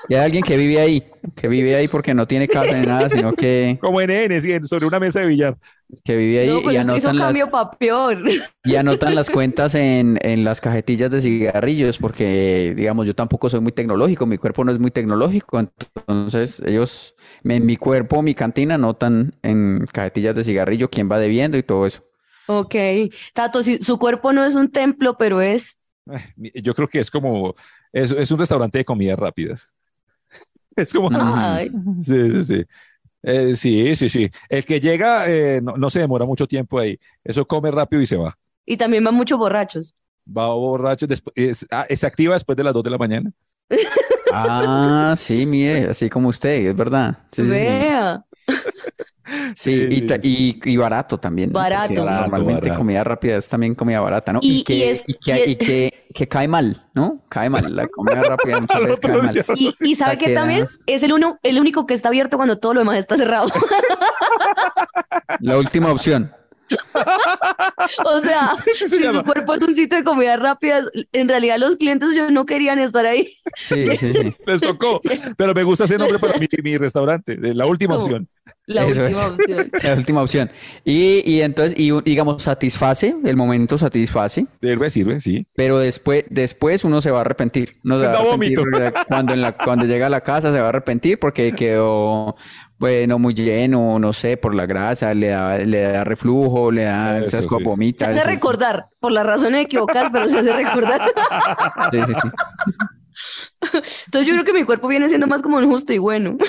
Speaker 5: Y hay alguien que vive ahí, que vive ahí porque no tiene casa ni nada, sino que,
Speaker 4: Como en N, sobre una mesa de billar.
Speaker 5: pues que vive ahí
Speaker 6: no,
Speaker 5: y
Speaker 6: pero usted hizo
Speaker 5: anotan las,
Speaker 6: cambio pa' peor.
Speaker 5: y anotan las cuentas en, en las cajetillas de cigarrillos, porque digamos, yo tampoco soy muy tecnológico, mi cuerpo no es muy tecnológico, entonces ellos, me- en mi cuerpo, mi cantina, anotan en cajetillas de cigarrillo quién va debiendo y todo eso.
Speaker 6: Ok. Tato, si, su cuerpo no es un templo, pero es.
Speaker 4: Yo creo que es como, es, es un restaurante de comidas rápidas. Es como,
Speaker 5: Ujú.
Speaker 6: Ay,
Speaker 4: Sí, sí, sí. Eh, sí, sí, sí. El que llega eh, no, no se demora mucho tiempo ahí. Eso come rápido y se va.
Speaker 6: Y también van muchos borrachos.
Speaker 4: Va borracho, despu- es- ah, se activa después de las 2 de la mañana.
Speaker 5: Ah, sí, mire, así como usted, es verdad. Sí, sí, sí.
Speaker 6: Vea.
Speaker 5: Sí,
Speaker 4: Sí,
Speaker 5: y,
Speaker 4: sí,
Speaker 5: ta- y- y barato también, ¿no?
Speaker 6: Barato.
Speaker 5: Porque
Speaker 4: Barato,
Speaker 5: normalmente
Speaker 4: barato.
Speaker 5: comida rápida es también comida barata, ¿no?
Speaker 6: Y-
Speaker 5: Y,
Speaker 6: y
Speaker 5: que,
Speaker 6: es-
Speaker 5: y que,
Speaker 6: y-
Speaker 5: y que, que cae mal, ¿no? Cae mal, la comida rápida muchas
Speaker 4: Al
Speaker 5: veces cae
Speaker 4: otro
Speaker 5: mal.
Speaker 4: día.
Speaker 6: Y, y sabe
Speaker 5: Está
Speaker 6: que también es el, uno, el único que está abierto cuando todo lo demás está cerrado.
Speaker 5: La última opción.
Speaker 6: O sea,
Speaker 4: sí se
Speaker 6: si
Speaker 4: llama.
Speaker 6: su cuerpo es un sitio de comida rápida, en realidad los clientes yo no querían estar ahí.
Speaker 5: Sí, sí, sí.
Speaker 4: Les tocó. Pero me gusta ese nombre para mi, mi restaurante, de la última
Speaker 6: ¿Cómo?
Speaker 4: opción.
Speaker 6: La
Speaker 5: Eso
Speaker 6: última
Speaker 5: es.
Speaker 6: opción.
Speaker 5: La última opción. Y, y entonces, y un- digamos, satisface, el momento satisface,
Speaker 4: Sirve, sirve, sí.
Speaker 5: pero después, después uno se va a arrepentir. Uno se va a
Speaker 4: Da
Speaker 5: arrepentir
Speaker 4: vómito.
Speaker 5: ¿verdad? cuando, en la, cuando llega a la casa se va a arrepentir porque quedó, bueno, muy lleno, no sé, por la grasa, le da, le da reflujo, le da,
Speaker 4: Eso
Speaker 5: se asco-
Speaker 4: sí.
Speaker 6: Se
Speaker 5: vomita.
Speaker 6: hace
Speaker 5: eso-
Speaker 6: recordar, por las razones equivocadas, pero se hace recordar.
Speaker 5: sí, sí, sí.
Speaker 6: Entonces yo creo que mi cuerpo viene siendo más como un justo y bueno.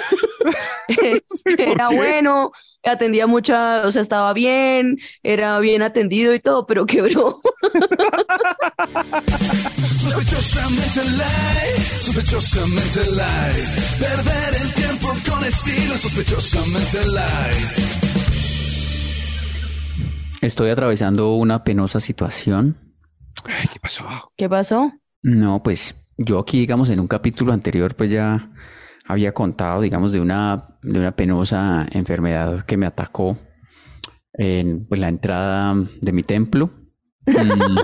Speaker 6: Eh, era bueno, atendía mucha, o sea, estaba bien, era bien atendido y todo, pero quebró.
Speaker 7: Sospechosamente light, sospechosamente light. Perder el tiempo con estilo, sospechosamente light.
Speaker 5: Estoy atravesando una penosa situación.
Speaker 4: Ay, ¿qué pasó?
Speaker 6: ¿Qué pasó?
Speaker 5: No, pues yo aquí, digamos, en un capítulo anterior, pues ya había contado, digamos, de una, de una penosa enfermedad que me atacó en pues, la entrada de mi templo. Mm,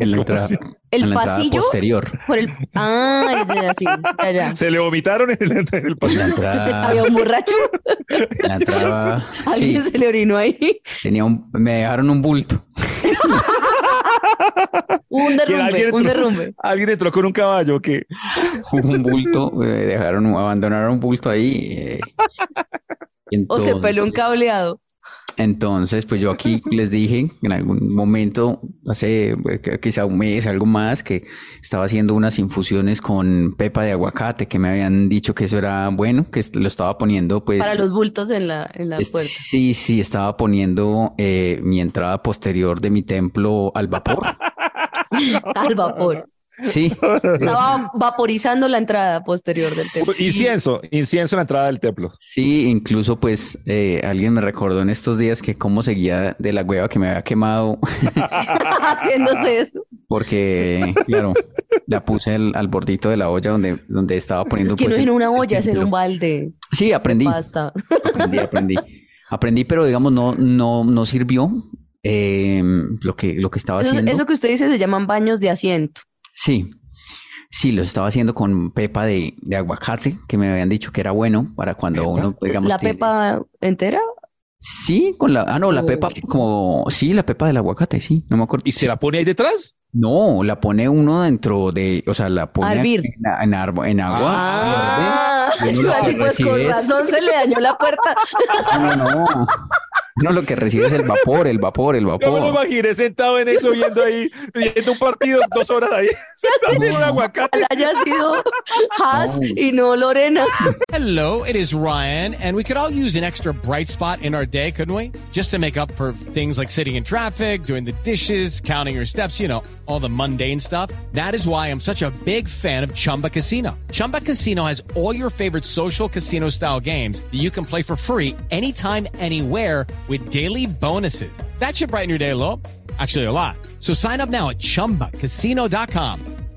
Speaker 5: en la
Speaker 4: ¿Cómo
Speaker 5: entrada,
Speaker 4: así?
Speaker 6: ¿El
Speaker 5: en la entrada
Speaker 6: pasillo?
Speaker 5: posterior.
Speaker 6: Por el... Ah, ya, ya, sí, ya, ya.
Speaker 4: Se le vomitaron en el, en el
Speaker 5: La
Speaker 4: pasillo.
Speaker 6: Había
Speaker 5: entrada,
Speaker 6: un borracho,
Speaker 5: Ah.
Speaker 6: Pues,
Speaker 5: la entrada, sí,
Speaker 6: alguien se le orinó ahí.
Speaker 5: tenía un, me dejaron un bulto.
Speaker 6: Un
Speaker 4: Que alguien
Speaker 6: derrumbe, un
Speaker 4: entró-
Speaker 6: derrumbe.
Speaker 4: Alguien entró con un caballo que
Speaker 5: un bulto, eh, dejaron, un- abandonaron un bulto ahí. eh,
Speaker 6: O se peló un
Speaker 5: entonces-
Speaker 6: cableado.
Speaker 5: Entonces, pues yo aquí les dije en algún momento, hace eh, qu- quizá un mes, algo más, que estaba haciendo unas infusiones con pepa de aguacate, que me habían dicho que eso era bueno, que est- lo estaba poniendo pues...
Speaker 6: Para los bultos en la, en la
Speaker 5: es-
Speaker 6: puerta.
Speaker 5: Sí, sí, estaba poniendo eh, mi entrada posterior de mi templo al vapor.
Speaker 6: Al vapor.
Speaker 5: Sí,
Speaker 6: Estaba vaporizando la entrada posterior del templo.
Speaker 4: Incienso, incienso en la entrada del templo.
Speaker 5: sí, incluso pues eh, alguien me recordó en estos días que cómo seguía de la hueva que me había quemado,
Speaker 6: Haciéndose eso.
Speaker 5: porque claro, la puse al, al bordito de la olla donde, donde estaba poniendo.
Speaker 6: Es que
Speaker 5: pues,
Speaker 6: no es
Speaker 5: el-
Speaker 6: en una
Speaker 5: el
Speaker 6: olla, es en
Speaker 5: templo.
Speaker 6: un balde.
Speaker 5: Sí, aprendí.
Speaker 6: Basta.
Speaker 5: aprendí, aprendí. Aprendí, pero digamos, no, no, no sirvió eh, lo que, lo que estaba
Speaker 6: Eso,
Speaker 5: haciendo.
Speaker 6: eso que usted dice se llaman baños de asiento.
Speaker 5: Sí, sí, los estaba haciendo con pepa de, de aguacate, que me habían dicho que era bueno para cuando uno, digamos,
Speaker 6: ¿La
Speaker 5: tiene-
Speaker 6: pepa entera?
Speaker 5: Sí, con la, ah, no, la pepa,
Speaker 6: Oh.
Speaker 5: como, sí, la pepa del aguacate, sí, no me acuerdo.
Speaker 4: ¿Y se la pone ahí detrás?
Speaker 5: No, la pone uno dentro de, o sea, la pone
Speaker 6: Hervir.
Speaker 5: en, a- en arbo- en agua.
Speaker 6: Ah,
Speaker 5: y uno
Speaker 6: yo iba a
Speaker 5: lo que
Speaker 6: decir, pues con
Speaker 5: recibe es-
Speaker 6: razón se le dañó la puerta.
Speaker 5: No, no, Ah, no. No, lo que recibe es el vapor, el vapor, el
Speaker 4: Yo me lo
Speaker 5: vapor.
Speaker 4: imaginé sentado en eso, viendo ahí, viendo un partido, dos horas ahí, sentado en un aguacate.
Speaker 6: Ojalá haya sido Haas
Speaker 5: No.
Speaker 6: y no Lorena.
Speaker 1: Hello, it is Ryan, and we could all use an extra bright spot in our day, couldn't we? Just to make up for things like sitting in traffic, doing the dishes, counting your steps, you know, all the mundane stuff. That is why I'm such a big fan of Chumba Casino. Chumba Casino has all your favorite social casino style games that you can play for free anytime, anywhere with daily bonuses. That should brighten your day a little. Actually, a lot. So sign up now at chumbacasino.com.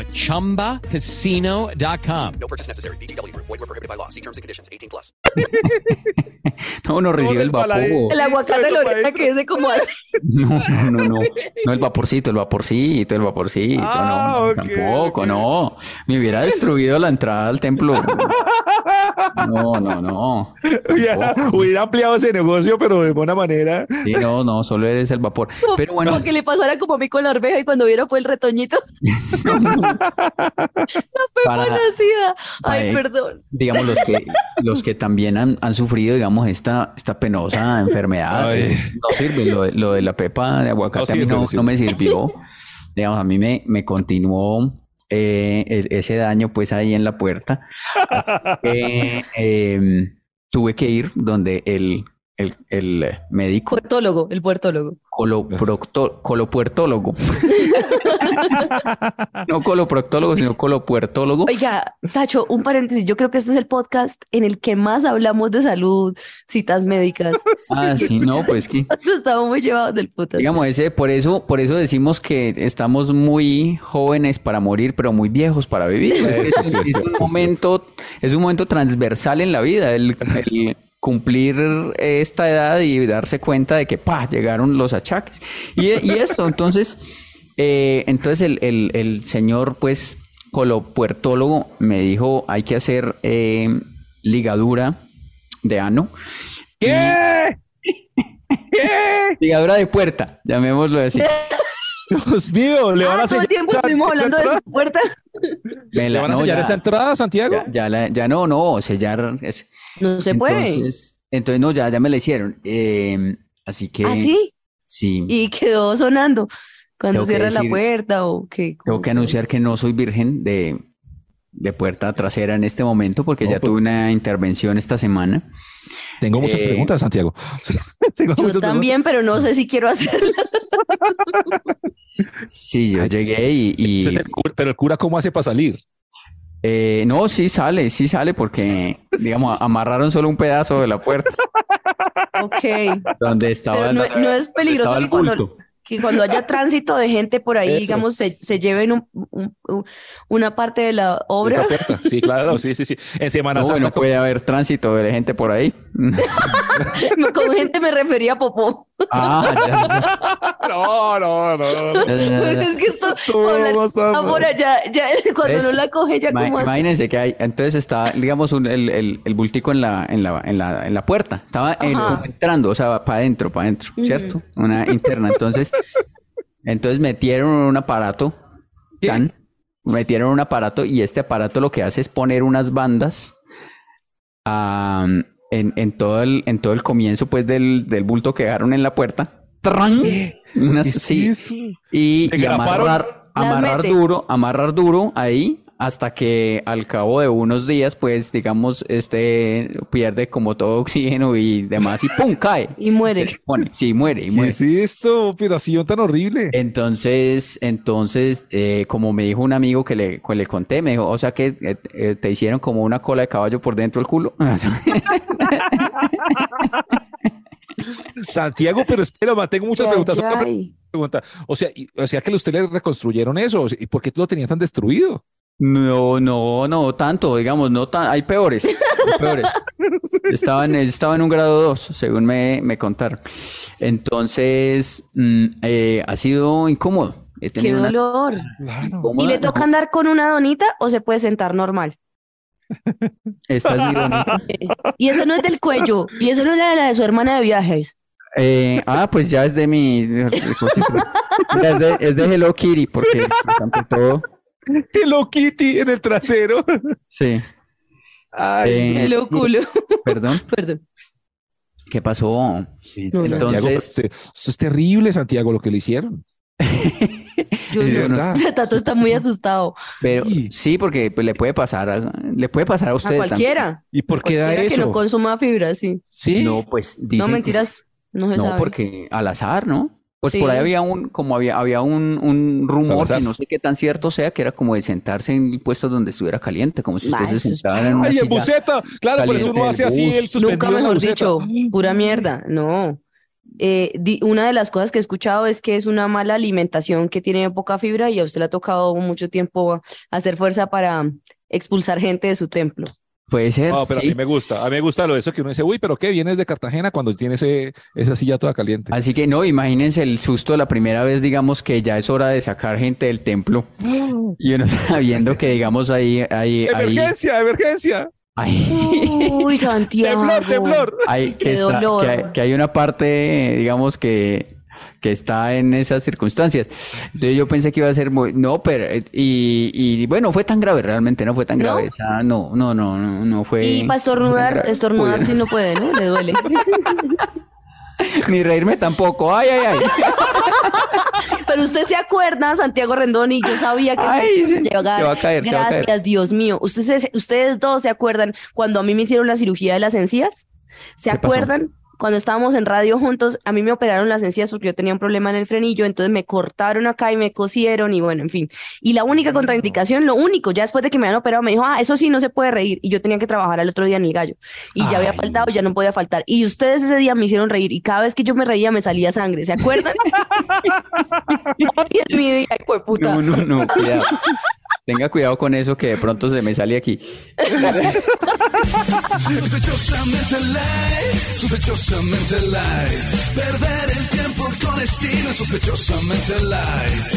Speaker 1: at ChumbaCasino.com.
Speaker 2: No purchase necessary. VGW Group. Void were prohibited by law. See terms and conditions. 18 plus.
Speaker 5: No, uno recibe el vapor.
Speaker 6: El aguacate
Speaker 4: Eso
Speaker 6: de
Speaker 4: para
Speaker 6: Lorena
Speaker 4: adentro.
Speaker 6: que dice como así.
Speaker 5: No, no, no, no, no el vaporcito, el vaporcito, el vaporcito, no,
Speaker 4: Ah, ok,
Speaker 5: tampoco,
Speaker 4: ok.
Speaker 5: no, me hubiera destruido la entrada al templo. No, no, no,
Speaker 4: Hubiera, hubiera ampliado ese negocio, pero de buena manera.
Speaker 5: sí, no, no, solo eres el vapor.
Speaker 6: Como,
Speaker 5: Pero bueno,
Speaker 6: como que le pasara como a mí con la arveja y cuando vieron fue el retoñito. la pepa
Speaker 5: Para-
Speaker 6: nacida. Ay,
Speaker 5: para-
Speaker 6: perdón.
Speaker 5: digamos los que los que también han, han sufrido, digamos esta esta penosa enfermedad, eh,
Speaker 4: Ay.
Speaker 5: no sirve lo, de- lo de la pepa de
Speaker 4: No
Speaker 5: aguacate a mí
Speaker 4: sirve,
Speaker 5: no,
Speaker 4: no sirve.
Speaker 5: no me sirvió. Digamos, a mí me, me continuó eh, e- ese daño pues ahí en la puerta. Así que, eh, tuve que ir donde el, el, el médico
Speaker 6: Puertólogo, el puertólogo.
Speaker 5: coloprocto- colopuertólogo. no coloproctólogo, sino colopuertólogo.
Speaker 6: Oiga, Tacho, un paréntesis. Yo creo que este es el podcast en el que más hablamos de salud, citas médicas.
Speaker 5: Ah, sí, no, pues que...
Speaker 6: Nos estamos muy llevados del puta.
Speaker 5: Digamos, ese, por eso, por eso decimos que estamos muy jóvenes para morir, pero muy viejos para vivir. Es,
Speaker 4: Eso sí,
Speaker 5: es
Speaker 4: es cierto,
Speaker 5: un
Speaker 4: es
Speaker 5: momento, es un momento transversal en la vida, el, el cumplir esta edad y darse cuenta de que pa, llegaron los achaques. Y, y eso, entonces, eh, entonces el, el- el señor, pues, colopuertólogo me dijo hay que hacer eh, ligadura de ano.
Speaker 4: ¿Qué? ¿Qué?
Speaker 5: Ligadura de puerta, llamémoslo así.
Speaker 4: Dios mío, le van a
Speaker 6: Ah, todo el
Speaker 4: enseñar
Speaker 6: tiempo
Speaker 4: esa-
Speaker 6: estuvimos
Speaker 4: esa
Speaker 6: hablando de
Speaker 4: entrada?
Speaker 6: su puerta.
Speaker 5: Me
Speaker 4: ¿Le
Speaker 5: la-
Speaker 4: van a
Speaker 5: no,
Speaker 4: sellar
Speaker 5: ya-
Speaker 4: esa entrada, Santiago?
Speaker 5: Ya, ya, la- ya no, no, sellar. Es,
Speaker 6: No se puede.
Speaker 5: Entonces, entonces, no, ya, ya me la hicieron. Eh, así que.
Speaker 6: ¿Ah, sí?
Speaker 5: sí,
Speaker 6: Y quedó sonando cuando
Speaker 5: Tengo que
Speaker 6: cierra la
Speaker 5: decir-
Speaker 6: puerta o que.
Speaker 5: Tengo que anunciar que no soy virgen de, de puerta trasera en este momento porque
Speaker 4: pues
Speaker 5: ya tuve una intervención esta semana.
Speaker 4: Tengo muchas
Speaker 5: Eh,
Speaker 4: preguntas, Santiago. Tengo
Speaker 6: Yo
Speaker 4: muchas
Speaker 6: también, pero no sé si quiero hacerla.
Speaker 5: Sí, yo llegué y. y,
Speaker 4: preguntas. Se te- cura- Pero el cura, ¿cómo hace para salir?
Speaker 5: eh, no, sí sale, sí sale porque, digamos, amarraron solo un pedazo de la puerta
Speaker 6: Ok.
Speaker 5: donde estaba.
Speaker 6: Pero no,
Speaker 5: la-
Speaker 6: no es
Speaker 5: donde
Speaker 6: peligroso
Speaker 5: estaba el
Speaker 6: que cuando,
Speaker 5: bulto.
Speaker 6: que cuando haya tránsito de gente por ahí,
Speaker 4: Eso.
Speaker 6: digamos, se, se lleven un- un- un- una parte de la
Speaker 4: Esa
Speaker 6: obra.
Speaker 4: puerta. Sí, claro, sí, sí, sí. En Semana
Speaker 5: No,
Speaker 4: Santa,
Speaker 5: no puede haber tránsito de gente por ahí.
Speaker 6: Con gente me refería a Popó.
Speaker 5: Ah, ya,
Speaker 4: No, no, no. no.
Speaker 5: ya, ya, ya, ya.
Speaker 6: es que esto,
Speaker 4: Todo
Speaker 6: hablar-
Speaker 4: vamos a-
Speaker 6: ahora ya, ya cuando
Speaker 5: ¿Ves?
Speaker 6: no la coge, ya
Speaker 5: Ma-
Speaker 6: como.
Speaker 5: Imagínense que hay, entonces está, digamos, un- el, el- el bultico en la, en la, en la, en la puerta. Estaba en-
Speaker 6: Ajá.
Speaker 5: como entrando, o sea, para adentro, para adentro, ¿cierto? Una interna. Entonces, entonces metieron un aparato tan metieron un aparato y este aparato lo que hace es poner unas bandas ah, en, en todo el, en todo el comienzo pues del, del bulto que dejaron en la puerta. ¡Tran! Unas- sí, y,
Speaker 8: ¿Te
Speaker 5: y
Speaker 8: graparon?
Speaker 5: amarrar,
Speaker 6: Las
Speaker 5: amarrar
Speaker 6: mete.
Speaker 5: duro, amarrar duro ahí hasta que al cabo de unos días, pues digamos, este pierde como todo oxígeno y demás y ¡pum! cae.
Speaker 6: Y muere.
Speaker 5: Se expone. sí, muere, y
Speaker 4: ¿Qué
Speaker 5: muere.
Speaker 4: es esto? Operación tan horrible.
Speaker 5: Entonces, entonces, eh, como me dijo un amigo que le, que le conté, me dijo, o sea que eh, eh, te hicieron como una cola de caballo por dentro del culo.
Speaker 4: Santiago, pero espera, ma, tengo muchas
Speaker 6: Ya,
Speaker 4: preguntas.
Speaker 6: ya
Speaker 4: Otra pre-
Speaker 6: hay.
Speaker 4: pregunta. O sea, y- o sea que usted le reconstruyeron eso. O sea, ¿Y por qué lo tenían tan destruido?
Speaker 5: No, no, no tanto, digamos, no tan, hay peores, hay peores. Estaba en, estaba en un grado 2, según me, me contaron. Entonces, mm, eh, ha sido incómodo. He
Speaker 6: Qué
Speaker 5: tenido una
Speaker 6: dolor. ¿Y
Speaker 5: incómoda-
Speaker 6: le toca andar con una donita o se puede sentar normal?
Speaker 5: Esta es mi ironía.
Speaker 6: Y eso no es del cuello. Y eso no es de la de su hermana de viajes.
Speaker 5: Eh, ah, pues ya es de pues mi. Mira, es, de, es de Hello Kitty, porque pues, ante todo.
Speaker 4: Hello Kitty en el trasero.
Speaker 5: Sí. Eh,
Speaker 6: El culo.
Speaker 5: Perdón,
Speaker 6: Perdón.
Speaker 5: ¿qué pasó?
Speaker 6: no.
Speaker 4: Santiago, pero
Speaker 5: Entonces,
Speaker 4: se- eso es terrible, Santiago, lo que le hicieron.
Speaker 6: Yo
Speaker 4: De
Speaker 6: no.
Speaker 4: verdad.
Speaker 6: Tato está muy asustado.
Speaker 5: pero
Speaker 4: Sí.
Speaker 5: sí, porque pues, le puede pasar a, le puede pasar a
Speaker 6: A
Speaker 5: usted también.
Speaker 6: cualquiera.
Speaker 4: ¿Y por qué da
Speaker 6: Cualquiera que
Speaker 4: eso?
Speaker 6: no consuma fibra, sí.
Speaker 4: Sí.
Speaker 5: No, pues
Speaker 6: No,
Speaker 5: dicen que-
Speaker 6: mentiras. No se
Speaker 5: no,
Speaker 6: sabe.
Speaker 5: porque al azar, ¿no? Pues por ahí
Speaker 6: Sí.
Speaker 5: había un, como había, había un, un rumor que
Speaker 4: Salazar.
Speaker 5: no sé qué tan cierto sea, que era como de sentarse en puestos donde estuviera caliente, como si usted
Speaker 6: Bah,
Speaker 5: se
Speaker 6: eso es
Speaker 5: sentara en una
Speaker 4: Ay, en
Speaker 5: silla.
Speaker 4: buceta. Claro, por eso
Speaker 5: Caliente
Speaker 4: uno hace así
Speaker 5: del
Speaker 4: el
Speaker 5: bus.
Speaker 4: suspendido
Speaker 6: Nunca
Speaker 4: en la
Speaker 6: mejor
Speaker 4: buceta.
Speaker 6: dicho, pura mierda, no. Eh, di- una de las cosas que he escuchado es que es una mala alimentación que tiene poca fibra y a usted le ha tocado mucho tiempo hacer fuerza para expulsar gente de su templo.
Speaker 5: Puede ser,
Speaker 4: No, Ah, pero a
Speaker 5: sí.
Speaker 4: mí me gusta. A mí me gusta lo de eso que uno dice, uy, pero ¿qué? Vienes de Cartagena cuando tiene ese, esa silla toda caliente.
Speaker 5: Así que no, imagínense el susto de la primera vez, digamos que ya es hora de sacar gente del templo. Y uno sabiendo que, digamos, ahí, ahí, ahí,
Speaker 4: ¡Emergencia, emergencia!
Speaker 5: ahí,
Speaker 6: Uy, Santiago.
Speaker 4: ¡Temblor, temblor!
Speaker 5: ahí que,
Speaker 6: Qué
Speaker 5: está- que
Speaker 6: dolor.
Speaker 5: hay- que hay una parte, eh, digamos, que, que está en esas circunstancias. Entonces yo pensé que iba a ser muy, no, pero, eh, y, y bueno, fue tan grave, realmente no fue tan
Speaker 6: ¿No?
Speaker 5: grave. O sea, no, no, no, no, no fue.
Speaker 6: Y para estornudar,
Speaker 5: no fue tan grave.
Speaker 6: estornudar si no puede, ¿no? Le duele.
Speaker 5: Ni reírme tampoco. Ay, ay, ay.
Speaker 6: Pero usted se acuerda, Santiago Rendón, y yo sabía que
Speaker 5: Ay,
Speaker 6: usted
Speaker 5: sí.
Speaker 6: iba a llegar.
Speaker 5: Se va a caer, se va a
Speaker 6: Gracias,
Speaker 5: caer.
Speaker 6: Dios mío. Ustedes, se- ustedes dos se acuerdan cuando a mí me hicieron la cirugía de las encías. ¿Se
Speaker 5: ¿Qué pasó?
Speaker 6: acuerdan? Cuando estábamos en radio juntos, a mí me operaron las encías porque yo tenía un problema en el frenillo, entonces me cortaron acá y me cosieron y bueno, en fin. Y la única contraindicación, lo único, ya después de que me habían operado, me dijo, ah, eso sí, no se puede reír. Y yo tenía que trabajar al otro día en el gallo. Y ya había
Speaker 5: Ay.
Speaker 6: faltado, ya no podía faltar. Y ustedes ese día me hicieron reír y cada vez que yo me reía me salía sangre, ¿se acuerdan? Hoy es mi día, hijo de puta.
Speaker 5: No, no, no, cuidado. Tenga cuidado con eso que de pronto se me sale aquí.
Speaker 7: Sospechosamente light, sospechosamente light. Perder el tiempo con estilo, es sospechosamente light.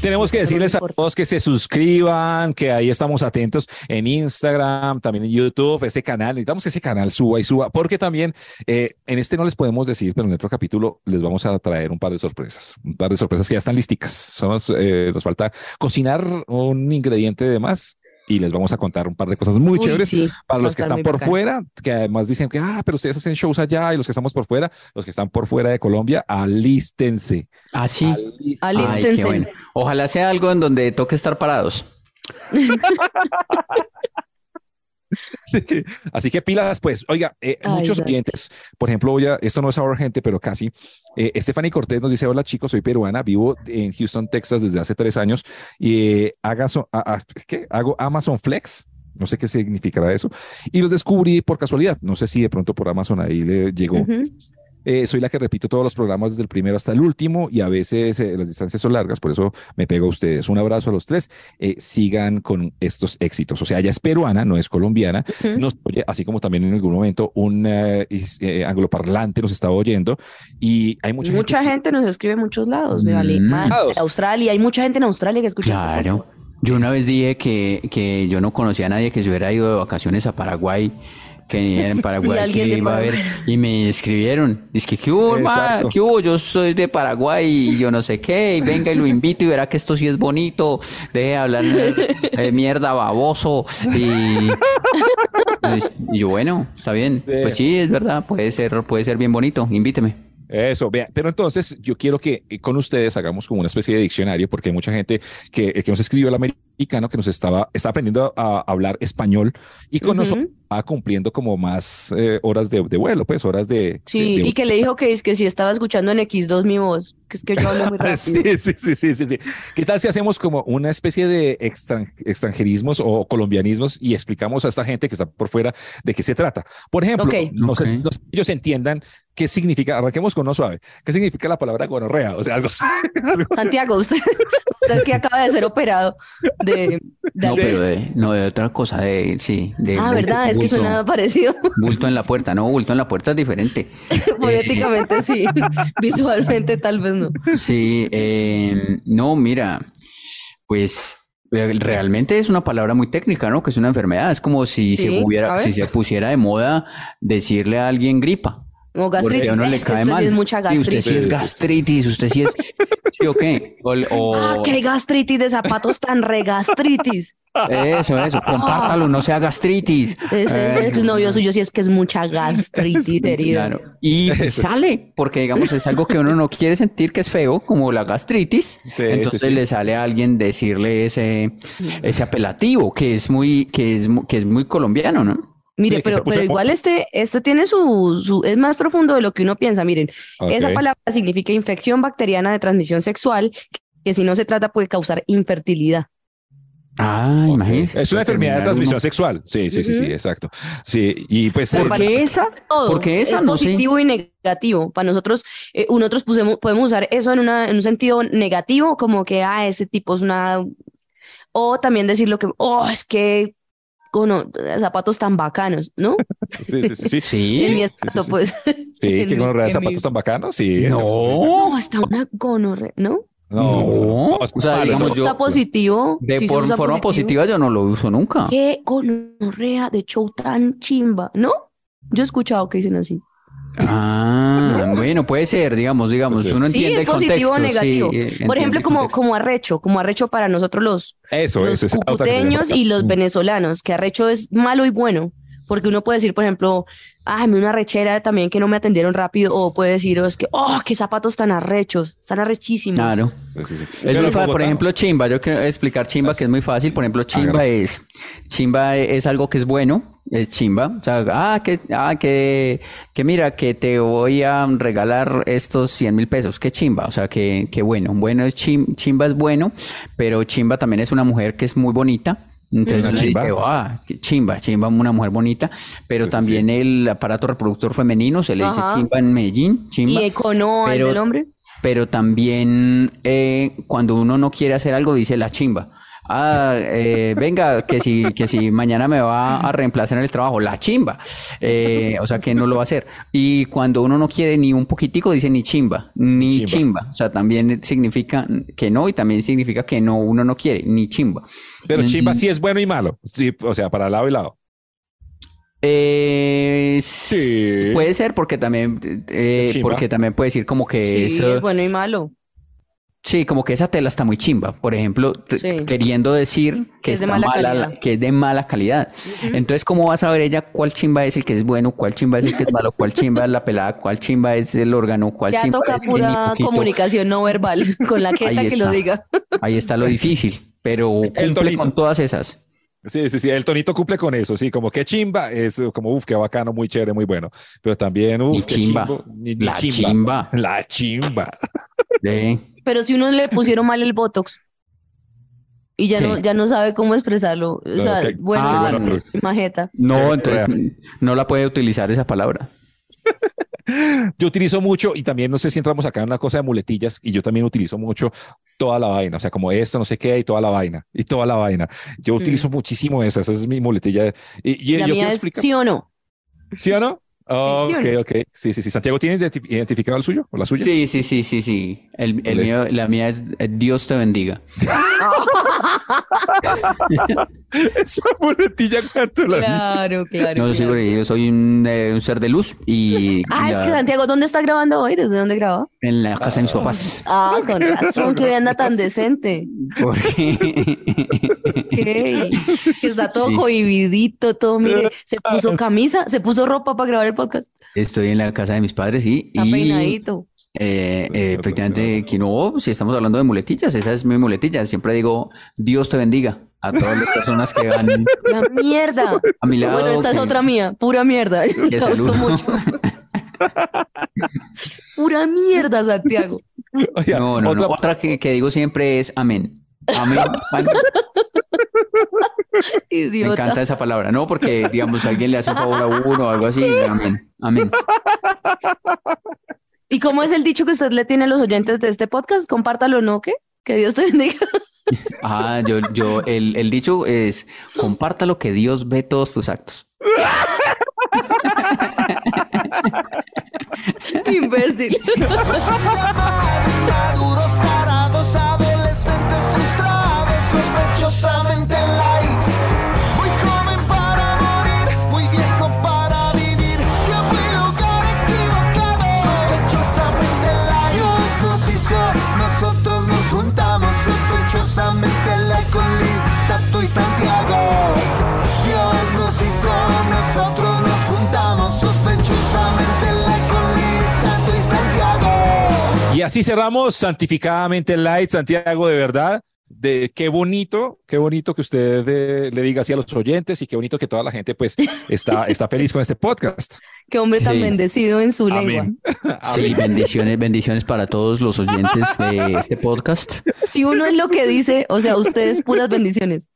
Speaker 4: Tenemos que decirles a
Speaker 6: importa.
Speaker 4: todos que se suscriban, que ahí estamos atentos en Instagram, también en YouTube, ese canal. Necesitamos que ese canal suba y suba, porque también eh, en este no les podemos decir, pero en otro capítulo les vamos a traer un par de sorpresas, un par de sorpresas que ya están listicas. Son las, eh, nos falta cocinar un ingrediente de más y les vamos a contar un par de cosas muy
Speaker 6: Uy,
Speaker 4: chéveres.
Speaker 6: sí,
Speaker 4: Para
Speaker 6: va a
Speaker 4: los que
Speaker 6: estar
Speaker 4: están
Speaker 6: muy
Speaker 4: por
Speaker 6: bacano.
Speaker 4: fuera, que además dicen que, ah, pero ustedes hacen shows allá y los que estamos por fuera, los que están por fuera de Colombia, alístense.
Speaker 5: Ah, sí. Ay, qué
Speaker 6: Alístense.
Speaker 5: bueno. Ojalá sea algo en donde toque estar parados.
Speaker 4: Sí. Así que pilas, pues, oiga, eh,
Speaker 6: Ay,
Speaker 4: muchos
Speaker 6: Dante.
Speaker 4: clientes, por ejemplo, ya, esto no es ahora gente, pero casi. Eh, Stephanie Cortés nos dice: Hola chicos, soy peruana, vivo en Houston, Texas desde hace tres años y eh, haga so- a- a- ¿qué? hago Amazon Flex. No sé qué significará eso. Y los descubrí por casualidad. No sé si de pronto por Amazon ahí le llegó.
Speaker 6: Ujú.
Speaker 4: Eh, soy la que repito todos los programas desde el primero hasta el último y a veces eh, las distancias son largas, por eso me pego a ustedes. Un abrazo a los tres. Eh, sigan con estos éxitos. O sea, ella es peruana, no es colombiana.
Speaker 6: Ujú.
Speaker 4: Nos oye, así como también en algún momento un eh, is- eh, angloparlante nos estaba oyendo y hay mucha,
Speaker 6: Mucha
Speaker 4: gente.
Speaker 6: gente nos escribe en muchos lados, de
Speaker 5: Mm.
Speaker 6: Alemania,
Speaker 4: Lados.
Speaker 6: de Australia. Hay mucha gente en Australia que escucha. este
Speaker 5: Claro.
Speaker 6: podcast.
Speaker 5: Yo una vez dije que, que yo no conocía a nadie que se hubiera ido de vacaciones a Paraguay, que ni en Paraguay
Speaker 6: alguien
Speaker 5: que
Speaker 6: de
Speaker 5: iba a haber, y me escribieron, dice que qué hubo, hermano?
Speaker 4: Exacto.
Speaker 5: qué hubo, yo soy de Paraguay y yo no sé qué, y venga y lo invito y verá que esto sí es bonito, deje de hablar eh, mierda baboso y, y yo bueno, está bien,
Speaker 4: Sí.
Speaker 5: pues sí, es verdad, puede ser, puede ser bien bonito, invíteme.
Speaker 4: Eso, vea. Pero entonces yo quiero que eh, con ustedes hagamos como una especie de diccionario, porque hay mucha gente que, eh, que nos escribió el americano que nos estaba está aprendiendo a, a hablar español y con
Speaker 6: Ujú.
Speaker 4: nosotros va cumpliendo como más eh, horas de, de vuelo, pues horas de.
Speaker 6: Sí,
Speaker 4: de- de-
Speaker 6: y que le dijo que es que si estaba escuchando en X2 mi voz, que es que yo hablo muy rápido.
Speaker 4: Ah, Sí, sí, sí, sí, sí, sí. ¿Qué tal si hacemos como una especie de extran- extranjerismos o colombianismos y explicamos a esta gente que está por fuera de qué se trata? Por ejemplo,
Speaker 6: Ok.
Speaker 4: no sé si-
Speaker 5: Ok.
Speaker 4: no sé si ellos entiendan qué significa, arranquemos con no suave, qué significa la palabra gonorrea, o sea, algo así.
Speaker 6: Santiago, usted, usted que acaba de ser operado de, de
Speaker 5: No,
Speaker 6: algo.
Speaker 5: pero de, no, de otra cosa, de, sí, de
Speaker 6: Ah,
Speaker 5: bulto-
Speaker 6: ¿verdad? Es que
Speaker 5: bulto-
Speaker 6: suena parecido.
Speaker 5: Bulto en la puerta, no, bulto en la puerta es diferente.
Speaker 6: Fonéticamente sí, visualmente tal vez no.
Speaker 5: Sí, eh, no, mira, pues re- realmente es una palabra muy técnica, ¿no? Que es una enfermedad. Es como si se
Speaker 6: Sí,
Speaker 5: hubiera,
Speaker 6: a ver.
Speaker 5: si se pusiera de moda decirle a alguien gripa.
Speaker 6: O
Speaker 5: Porque
Speaker 6: gastritis.
Speaker 5: a uno le
Speaker 6: es que
Speaker 5: cae
Speaker 6: usted
Speaker 5: mal.
Speaker 6: sí es mucha
Speaker 5: Sí, usted
Speaker 6: gastritis.
Speaker 5: sí es gastritis, usted sí es. ¿Sí o qué? O, o-
Speaker 6: Ah, qué gastritis de zapatos tan regastritis.
Speaker 5: Eso, eso. Compártalo, no sea gastritis.
Speaker 6: Ese Pues es
Speaker 5: Eh,
Speaker 6: el exnovio suyo, sí es que es mucha gastritis, herido.
Speaker 5: Claro. Y sale, porque digamos es algo que uno no quiere sentir que es feo, como la gastritis.
Speaker 4: Sí,
Speaker 5: Entonces
Speaker 4: sí, Mm. sí.
Speaker 5: le sale a alguien decirle ese, ese apelativo que es muy, que es, mu- que es muy colombiano, ¿no?
Speaker 6: Mire,
Speaker 4: Sí, que se
Speaker 6: pero,
Speaker 4: puso
Speaker 6: pero
Speaker 4: de moda.
Speaker 6: igual este, esto tiene su, su, es más profundo de lo que uno piensa. Miren, esa
Speaker 4: Ok.
Speaker 6: palabra significa infección bacteriana de transmisión sexual, que, que si no se trata puede causar infertilidad.
Speaker 5: Ah, imagínese.
Speaker 4: Es una enfermedad de
Speaker 5: Terminar uno-
Speaker 4: transmisión sexual. Sí, sí, sí, sí, exacto. Sí, y pues
Speaker 5: ¿Por
Speaker 4: eh,
Speaker 5: qué esa?
Speaker 6: Todo
Speaker 5: Porque esa
Speaker 6: es
Speaker 5: no sé.
Speaker 6: positivo y negativo. Para nosotros, eh, nosotros pusemo- podemos usar eso en, una- en un sentido negativo, como que, ah, ese tipo es una... O también decir lo que, oh, es que, cono- zapatos tan bacanos, ¿no?
Speaker 4: sí, sí, sí, sí.
Speaker 5: Sí.
Speaker 6: en mi
Speaker 4: sí,
Speaker 6: estatus,
Speaker 4: sí.
Speaker 6: pues.
Speaker 4: Sí,
Speaker 6: en
Speaker 4: que
Speaker 6: mi-
Speaker 4: gonorrea
Speaker 6: en mi-
Speaker 4: zapatos tan bacanos, sí. eso, sí, sí.
Speaker 5: No.
Speaker 6: No, está una gonorrea, ¿no?
Speaker 4: No,
Speaker 5: No.
Speaker 4: es
Speaker 5: O sea,
Speaker 4: malo,
Speaker 5: digamos,
Speaker 4: eso.
Speaker 5: yo-
Speaker 6: Está positivo.
Speaker 5: De
Speaker 6: sí se
Speaker 5: por-
Speaker 6: usa
Speaker 5: forma
Speaker 6: positivo.
Speaker 5: positiva yo no lo uso nunca.
Speaker 6: Qué gonorrea de show tan chimba, ¿no? Yo he escuchado que dicen así.
Speaker 5: Ah, bueno, puede ser, digamos, digamos,
Speaker 4: Pues es-
Speaker 5: uno
Speaker 6: sí,
Speaker 5: entiende
Speaker 6: es
Speaker 5: el
Speaker 6: positivo o
Speaker 5: contexto, sí,
Speaker 6: negativo.
Speaker 5: eh,
Speaker 6: Por
Speaker 5: entiende
Speaker 6: ejemplo,
Speaker 5: el
Speaker 6: como,
Speaker 5: contexto.
Speaker 6: como arrecho, como arrecho para nosotros los,
Speaker 4: Eso,
Speaker 6: los
Speaker 4: eso, esa pauta que te
Speaker 6: cucuteños
Speaker 4: dejo.
Speaker 6: y los venezolanos, que arrecho es malo y bueno, porque uno puede decir, por ejemplo, ay, me dio una rechera también que no me atendieron rápido, o puede decir, oh, es que, oh, qué zapatos tan arrechos, están arrechísimos.
Speaker 5: Claro.
Speaker 4: Sí, sí, sí.
Speaker 5: Es
Speaker 4: Pero
Speaker 5: muy
Speaker 4: en
Speaker 5: fácil, por
Speaker 4: Bogotá,
Speaker 5: ejemplo, chimba. Yo quiero explicar chimba, que es muy fácil. Por ejemplo, chimba es chimba es algo que es bueno, es chimba. O sea, ah, que, ah, que, que mira, que te voy a regalar estos 100 mil pesos. Qué chimba. O sea, que, que bueno. Bueno es chim- chimba es bueno, pero chimba también es una mujer que es muy bonita. Entonces,
Speaker 4: Una
Speaker 5: uno
Speaker 4: chimba.
Speaker 5: dice, ah, qué chimba, chimba, una mujer bonita, pero
Speaker 4: Sí, sí,
Speaker 5: también el aparato reproductor femenino se le dice
Speaker 6: Ajá.
Speaker 5: chimba en Medellín, chimba.
Speaker 6: Y econo al
Speaker 5: Pero-
Speaker 6: del hombre.
Speaker 5: Pero también eh, cuando uno no quiere hacer algo, dice la chimba. Ah, eh, venga, que si, que si mañana me va a reemplazar en el trabajo, la chimba. Eh, o sea, que no lo va a hacer. Y cuando uno no quiere ni un poquitico, dice ni chimba, ni
Speaker 4: Chimba.
Speaker 5: chimba. O sea, también significa que no y también significa que no, uno no quiere, ni chimba.
Speaker 4: Pero chimba sí es bueno y malo. Sí, o sea, para lado y lado.
Speaker 5: Eh,
Speaker 4: Sí.
Speaker 5: Puede ser porque también, eh,
Speaker 4: Chimba.
Speaker 5: porque también puede decir como que
Speaker 6: Sí,
Speaker 5: eso-
Speaker 6: es bueno y malo.
Speaker 5: Sí, como que esa tela está muy chimba, por ejemplo, t-
Speaker 6: Sí.
Speaker 5: queriendo decir que,
Speaker 6: es de
Speaker 5: está
Speaker 6: mala
Speaker 5: la-
Speaker 6: calidad.
Speaker 5: que es de mala calidad. Entonces, ¿cómo va a saber ella cuál chimba es el que es bueno, cuál chimba es el que es malo, cuál chimba es la pelada, cuál chimba es el órgano, cuál
Speaker 6: Ya
Speaker 5: chimba
Speaker 6: toca
Speaker 5: es el ni
Speaker 6: pura
Speaker 5: poquito?
Speaker 6: comunicación no verbal, con la jeta
Speaker 5: Ahí
Speaker 6: que lo
Speaker 5: está.
Speaker 6: diga.
Speaker 5: Ahí está lo difícil, pero cumple
Speaker 4: torito.
Speaker 5: con todas esas.
Speaker 4: Sí, sí, sí. El tonito cumple con eso. Sí, como que chimba es como uf, qué bacano, muy chévere, muy bueno. Pero también uf,
Speaker 5: Ni
Speaker 4: qué
Speaker 5: chimba.
Speaker 4: chimbo, ni- ni
Speaker 5: La chimba.
Speaker 4: La chimba.
Speaker 5: Eh,
Speaker 6: Pero si uno le pusieron mal el Botox y ya no,
Speaker 5: Sí.
Speaker 6: ya no sabe cómo expresarlo, o sea,
Speaker 4: que-
Speaker 6: bueno,
Speaker 5: ah,
Speaker 6: bueno,
Speaker 4: bueno.
Speaker 6: majeta.
Speaker 5: No, entonces no la puede utilizar esa palabra.
Speaker 4: Yo utilizo mucho y también no sé si entramos acá en una cosa de muletillas y yo también utilizo mucho toda la vaina, o sea, como esto, no sé qué, y toda la vaina, y toda la vaina. Yo utilizo muchísimo esa, esa es mi muletilla. Y, y
Speaker 6: La
Speaker 4: yo
Speaker 6: mía
Speaker 4: quiero
Speaker 6: es
Speaker 4: explicar,
Speaker 6: sí o no.
Speaker 4: ¿sí o no?
Speaker 6: Sí,
Speaker 4: Ok,
Speaker 6: sí o no.
Speaker 4: ok. Sí, sí, sí. Santiago, ¿tiene identi- identificado el suyo o la suya?
Speaker 5: Sí, sí, sí, sí, sí. El, el mío, la mía es eh, Dios te bendiga.
Speaker 4: Esa boletilla, ¿cuánto la viste?
Speaker 8: Claro, claro.
Speaker 5: No, sí,
Speaker 8: claro.
Speaker 5: porque yo soy un, eh, un ser de luz y
Speaker 6: Ah, es
Speaker 5: la-
Speaker 6: que Santiago, ¿dónde está grabando hoy? ¿Desde dónde grabó?
Speaker 5: en la casa de mis papás.
Speaker 6: Ah, con razón, que hoy anda tan decente.
Speaker 5: Porque...
Speaker 6: Ok. Que está todo
Speaker 5: Sí.
Speaker 6: cohibidito, todo, mire, se puso camisa, se puso ropa para grabar el podcast.
Speaker 5: Estoy en la casa de mis padres y,
Speaker 6: Está
Speaker 5: y,
Speaker 6: peinadito.
Speaker 5: eh, eh, efectivamente, que no, si estamos hablando de muletillas, esa es mi muletilla. Siempre digo, Dios te bendiga a todas las personas que van
Speaker 6: La mierda.
Speaker 5: a mi lado.
Speaker 6: Bueno, esta es
Speaker 5: que-
Speaker 6: otra mía, pura mierda.
Speaker 5: que es
Speaker 6: La
Speaker 5: el
Speaker 6: uso
Speaker 5: uno.
Speaker 6: mucho. Pura mierda, Santiago.
Speaker 4: Oiga,
Speaker 5: No, no,
Speaker 4: otra-
Speaker 5: no. Otra que, que digo siempre es amén. Amén. Me
Speaker 6: Idiota.
Speaker 5: encanta esa palabra, ¿no? Porque, digamos, alguien le hace un favor a uno o algo así. Amén. Amén.
Speaker 6: ¿Y cómo es el dicho que usted le tiene a los oyentes de este podcast? Compártalo, ¿no? ¿Qué? Que Dios te bendiga.
Speaker 5: Ah, yo, yo, el, el dicho es, compártalo que Dios ve todos tus actos.
Speaker 6: Imbécil.
Speaker 7: Llamar inmaduros tarados, adolescentes frustrados, sospechosamente light. Muy joven para morir, muy viejo para vivir. Tiempo y lugar equivocado, sospechosamente light. Dios nos hizo, nosotros nos juntamos, sospechosamente light con Liz, Tato y Santiago. Dios nos hizo, nosotros nos juntamos, sospechosamente light con Liz, Tato y Santiago.
Speaker 4: Y así cerramos santificadamente Light, Santiago, de verdad. De qué bonito, qué bonito que usted eh, le diga así a los oyentes y qué bonito que toda la gente pues está, está feliz con este podcast.
Speaker 6: Qué hombre tan
Speaker 5: Sí.
Speaker 6: bendecido en su
Speaker 4: Amén.
Speaker 6: lengua. Ah,
Speaker 5: Sí, bendiciones, bendiciones para todos los oyentes de este podcast.
Speaker 6: Si uno es lo que dice, o sea, ustedes puras bendiciones.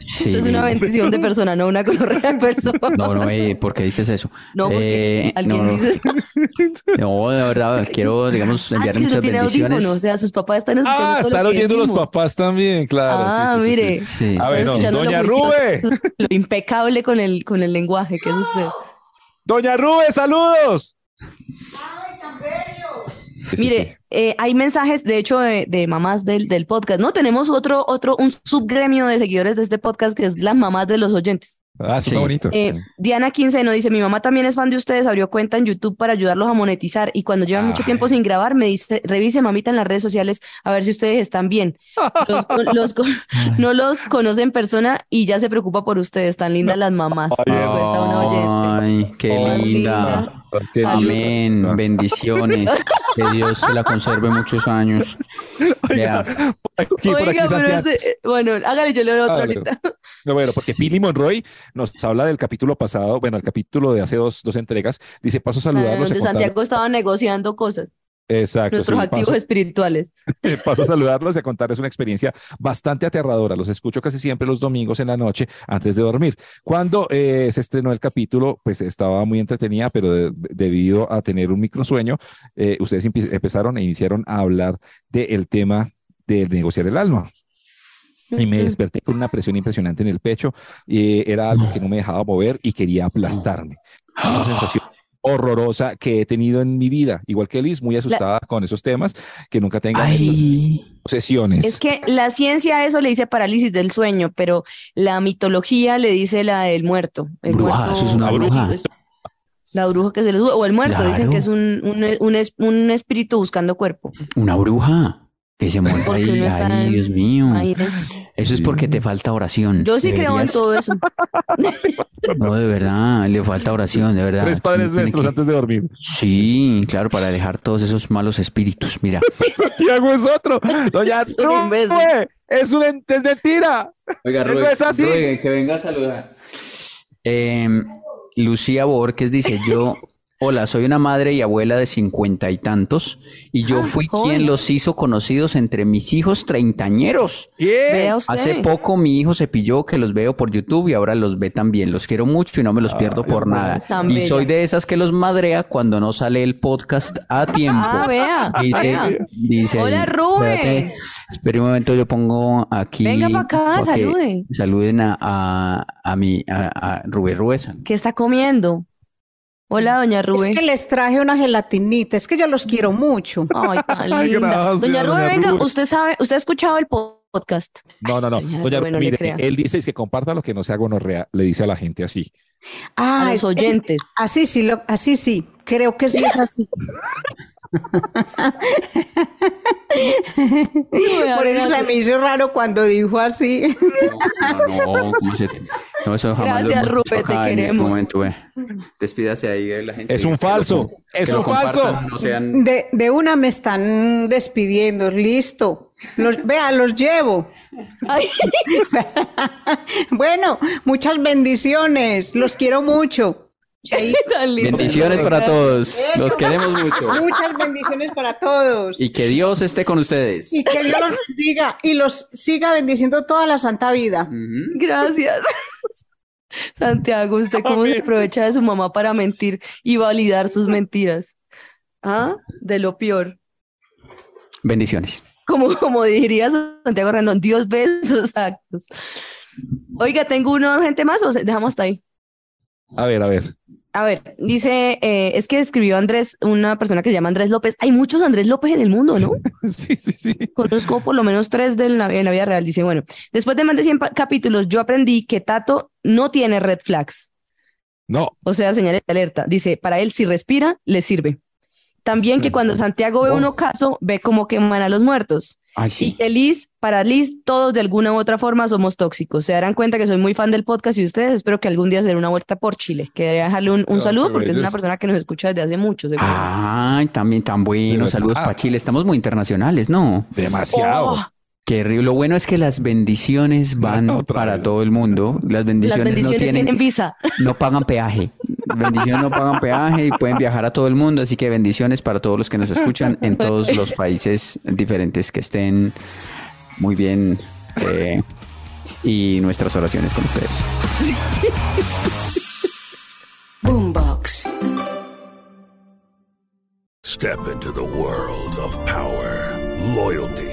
Speaker 5: Sí.
Speaker 6: Eso es una bendición de persona, no una colorrea de persona.
Speaker 5: No, no, eh, ¿por qué dices eso?
Speaker 6: No, porque
Speaker 5: Eh,
Speaker 6: alguien
Speaker 5: no, no.
Speaker 6: dice, ah,
Speaker 5: No, de verdad, quiero, digamos,
Speaker 6: es
Speaker 5: enviar
Speaker 6: que usted
Speaker 5: muchas
Speaker 6: tiene
Speaker 5: bendiciones.
Speaker 6: audífono, o sea, sus papás están escuchando
Speaker 4: Ah,
Speaker 6: todo lo
Speaker 4: están
Speaker 6: que
Speaker 4: oyendo los
Speaker 6: decimos.
Speaker 4: papás también, claro.
Speaker 6: Ah,
Speaker 4: sí, sí, sí,
Speaker 6: mire.
Speaker 4: sí.
Speaker 5: Sí.
Speaker 4: A ver,
Speaker 6: Están
Speaker 4: no,
Speaker 6: escuchando
Speaker 4: doña
Speaker 6: lo juicioso,
Speaker 4: Rube.
Speaker 6: Lo impecable con el, con el lenguaje que es usted.
Speaker 4: Doña Rube, saludos. Sí, sí, sí.
Speaker 6: Mire, eh, hay mensajes, de hecho, de, de mamás del, del podcast, ¿no? Tenemos otro, otro, un subgremio de seguidores de este podcast que es las mamás de los oyentes.
Speaker 4: Ah, eso
Speaker 5: Sí.
Speaker 4: está bonito.
Speaker 6: Eh, Diana Quinceno dice, mi mamá también es fan de ustedes, abrió cuenta en YouTube para ayudarlos a monetizar y cuando llevan mucho tiempo sin grabar me dice, revise mamita en las redes sociales a ver si ustedes están bien. Los- los con- no los conoce en persona y ya se preocupa por ustedes, tan lindas las mamás. nos cuenta una oyente.
Speaker 5: Ay, qué linda.
Speaker 6: Tan
Speaker 4: Qué lindo. Ah.
Speaker 5: Amén, bendiciones. Que Dios la conserve muchos años. Vea,
Speaker 4: Aquí, por aquí,
Speaker 6: Oiga, pero
Speaker 4: Santiago.
Speaker 6: ese- eh, bueno, hágale, yo le doy otro
Speaker 4: Hágale.
Speaker 6: ahorita.
Speaker 4: No, bueno, porque Billy Monroy nos habla del capítulo pasado, bueno, el capítulo de hace dos, dos entregas. Dice, paso a saludarlos. y a
Speaker 6: donde
Speaker 4: contarles-
Speaker 6: Ah, Santiago estaba negociando cosas,
Speaker 4: Exacto.
Speaker 6: nuestros
Speaker 4: sí,
Speaker 6: activos
Speaker 4: paso-
Speaker 6: espirituales.
Speaker 4: Eh, Paso a saludarlos y a contarles una experiencia bastante aterradora. Los escucho casi siempre los domingos en la noche antes de dormir. Cuando eh, se estrenó el capítulo, pues estaba muy entretenida, pero de- debido a tener un microsueño, eh, ustedes empe- empezaron e iniciaron a hablar del tema de negociar el alma. Y me desperté con una presión impresionante en el pecho. eh, era algo que no me dejaba mover y quería aplastarme. Una sensación horrorosa que he tenido en mi vida. Igual que Liz, muy asustada con esos temas, que nunca tenga estas
Speaker 5: ay,
Speaker 4: sesiones.
Speaker 6: Es que la ciencia a eso le dice parálisis del sueño, pero la mitología le dice la del muerto. El
Speaker 5: Bruja,
Speaker 6: muerto-
Speaker 5: eso es una bruja.
Speaker 6: es- La bruja que se le sube, o el muerto, dicen
Speaker 5: Claro.
Speaker 6: que es un, un, un es- un espíritu buscando cuerpo.
Speaker 5: una bruja que se muere
Speaker 6: Porque
Speaker 5: ahí.
Speaker 6: no están-
Speaker 5: Ay, Dios mío.
Speaker 6: Ahí es-
Speaker 5: Eso es porque te falta oración.
Speaker 6: Yo sí creo en
Speaker 5: Deberías-
Speaker 6: todo eso.
Speaker 5: No, de verdad, le falta oración, de verdad.
Speaker 4: Tres padres
Speaker 5: Tiene
Speaker 4: nuestros
Speaker 5: que-
Speaker 4: antes de dormir.
Speaker 5: Sí, claro, para alejar todos esos malos espíritus. Mira,
Speaker 4: Santiago es otro. Doña
Speaker 6: Es un imbécil.
Speaker 4: Rube, es una ent- es mentira.
Speaker 5: Oiga,
Speaker 4: Pero
Speaker 5: Rubén,
Speaker 4: es así.
Speaker 5: Rubén, que venga a saludar. Em, Lucía Borges dice, yo, hola, soy una madre y abuela de cincuenta y tantos, y yo fui
Speaker 6: joven.
Speaker 5: quien los hizo conocidos entre mis hijos treintañeros.
Speaker 4: ¿Qué?
Speaker 6: Vea usted.
Speaker 5: Hace poco mi hijo se pilló que los veo por YouTube y ahora los ve también. Los quiero mucho y no me los pierdo por nada.
Speaker 6: Tan
Speaker 5: Y
Speaker 6: bella.
Speaker 5: soy de esas que los madrea cuando no sale el podcast a tiempo.
Speaker 6: Ah, vea. vea.
Speaker 5: Dice, dice ahí,
Speaker 6: Hola, Rubén.
Speaker 5: espérate, espere un momento, yo pongo aquí.
Speaker 6: Venga pa' acá,
Speaker 5: porque
Speaker 6: salude.
Speaker 5: Saluden a, a, a mi, a, a Rubén Ruesa.
Speaker 6: ¿Qué está comiendo? Hola, doña Rubén.
Speaker 7: Es que les traje una gelatinita, es que yo los quiero mucho.
Speaker 6: Ay, tan
Speaker 4: Ay,
Speaker 6: linda.
Speaker 4: gracias,
Speaker 6: doña Rubén,
Speaker 4: doña
Speaker 6: venga,
Speaker 4: Rubén.
Speaker 6: usted sabe, usted ha escuchado el po- podcast.
Speaker 4: No, no, no.
Speaker 6: Ay, doña
Speaker 4: Doña
Speaker 6: Rubén, no le
Speaker 4: mire,
Speaker 6: crea.
Speaker 4: él dice es que comparta lo que no sea gonorrea, le dice a la gente así.
Speaker 7: Ah,
Speaker 6: a los
Speaker 7: es-
Speaker 6: oyentes.
Speaker 7: Así sí, lo- así sí, creo que sí es así. Por eso se me hizo raro cuando dijo así.
Speaker 5: No, no, ¿cómo se- no, eso jamás lo
Speaker 6: Gracias,
Speaker 5: hemos
Speaker 6: Rupert,
Speaker 5: hecho acá
Speaker 6: te
Speaker 5: en este
Speaker 6: queremos.
Speaker 5: momento, ve. Despídase ahí de la gente.
Speaker 4: Es un
Speaker 5: Que lo
Speaker 4: falso,
Speaker 5: com-
Speaker 4: es
Speaker 5: que lo
Speaker 4: un falso.
Speaker 5: compartan, No sean...
Speaker 7: De, de una me están despidiendo, listo. Los, vea, los llevo.
Speaker 6: Ay,
Speaker 7: Bueno, muchas bendiciones, los quiero mucho. Ahí.
Speaker 6: tan lindo.
Speaker 5: Bendiciones para todos. Los queremos mucho.
Speaker 7: Muchas bendiciones para todos.
Speaker 5: Y que Dios esté con ustedes.
Speaker 7: Y que Dios los bendiga y los siga bendiciendo toda la santa vida.
Speaker 5: Ujú.
Speaker 6: Gracias. Santiago, ¿usted cómo se aprovecha de su mamá para mentir y validar sus mentiras? ¿Ah? De lo peor.
Speaker 5: Bendiciones.
Speaker 6: Como, como diría Santiago Rendón, Dios ve sus actos. Oiga, ¿tengo uno gente más o se- dejamos hasta ahí?
Speaker 4: A ver, a ver.
Speaker 6: A ver, dice, eh, es que escribió Andrés, una persona que se llama Andrés López. Hay muchos Andrés López en el mundo, ¿no?
Speaker 4: Sí, sí, sí.
Speaker 6: Conozco por lo menos tres de la, en la vida real. Dice, bueno, después de más de 100 pa- capítulos, yo aprendí que Tato no tiene red flags,
Speaker 4: No,
Speaker 6: o sea, señales de alerta. Dice, para él, si respira, le sirve. También que cuando Santiago ve un ocaso, ve como queman a los muertos.
Speaker 5: Ay,
Speaker 6: Y
Speaker 5: sí.
Speaker 6: que Liz, para Liz, todos de alguna u otra forma somos tóxicos. Se darán cuenta que soy muy fan del podcast y ustedes espero que algún día se den una vuelta por Chile. Quería dejarle un, un
Speaker 4: Ah,
Speaker 6: saludo
Speaker 4: qué
Speaker 6: porque es una
Speaker 4: bellos.
Speaker 6: persona que nos escucha desde hace mucho, seguro.
Speaker 5: Ah, Ay, también tan bueno.
Speaker 4: verdad.
Speaker 5: Saludos para Chile. Estamos muy internacionales, ¿no?
Speaker 4: demasiado.
Speaker 6: Oh,
Speaker 5: Qué ri- Lo bueno es que las bendiciones van
Speaker 4: Otra
Speaker 5: para
Speaker 4: vez.
Speaker 5: todo el mundo. Las
Speaker 6: las
Speaker 5: bendiciones,
Speaker 6: bendiciones
Speaker 5: no tienen,
Speaker 6: tienen visa.
Speaker 5: no pagan peaje. Bendiciones no pagan peaje y pueden viajar a todo el mundo. Así que bendiciones para todos los que nos escuchan en todos los países diferentes que estén muy bien. eh, y nuestras oraciones con ustedes.
Speaker 9: Boombox.
Speaker 10: Step into the world of power, loyalty,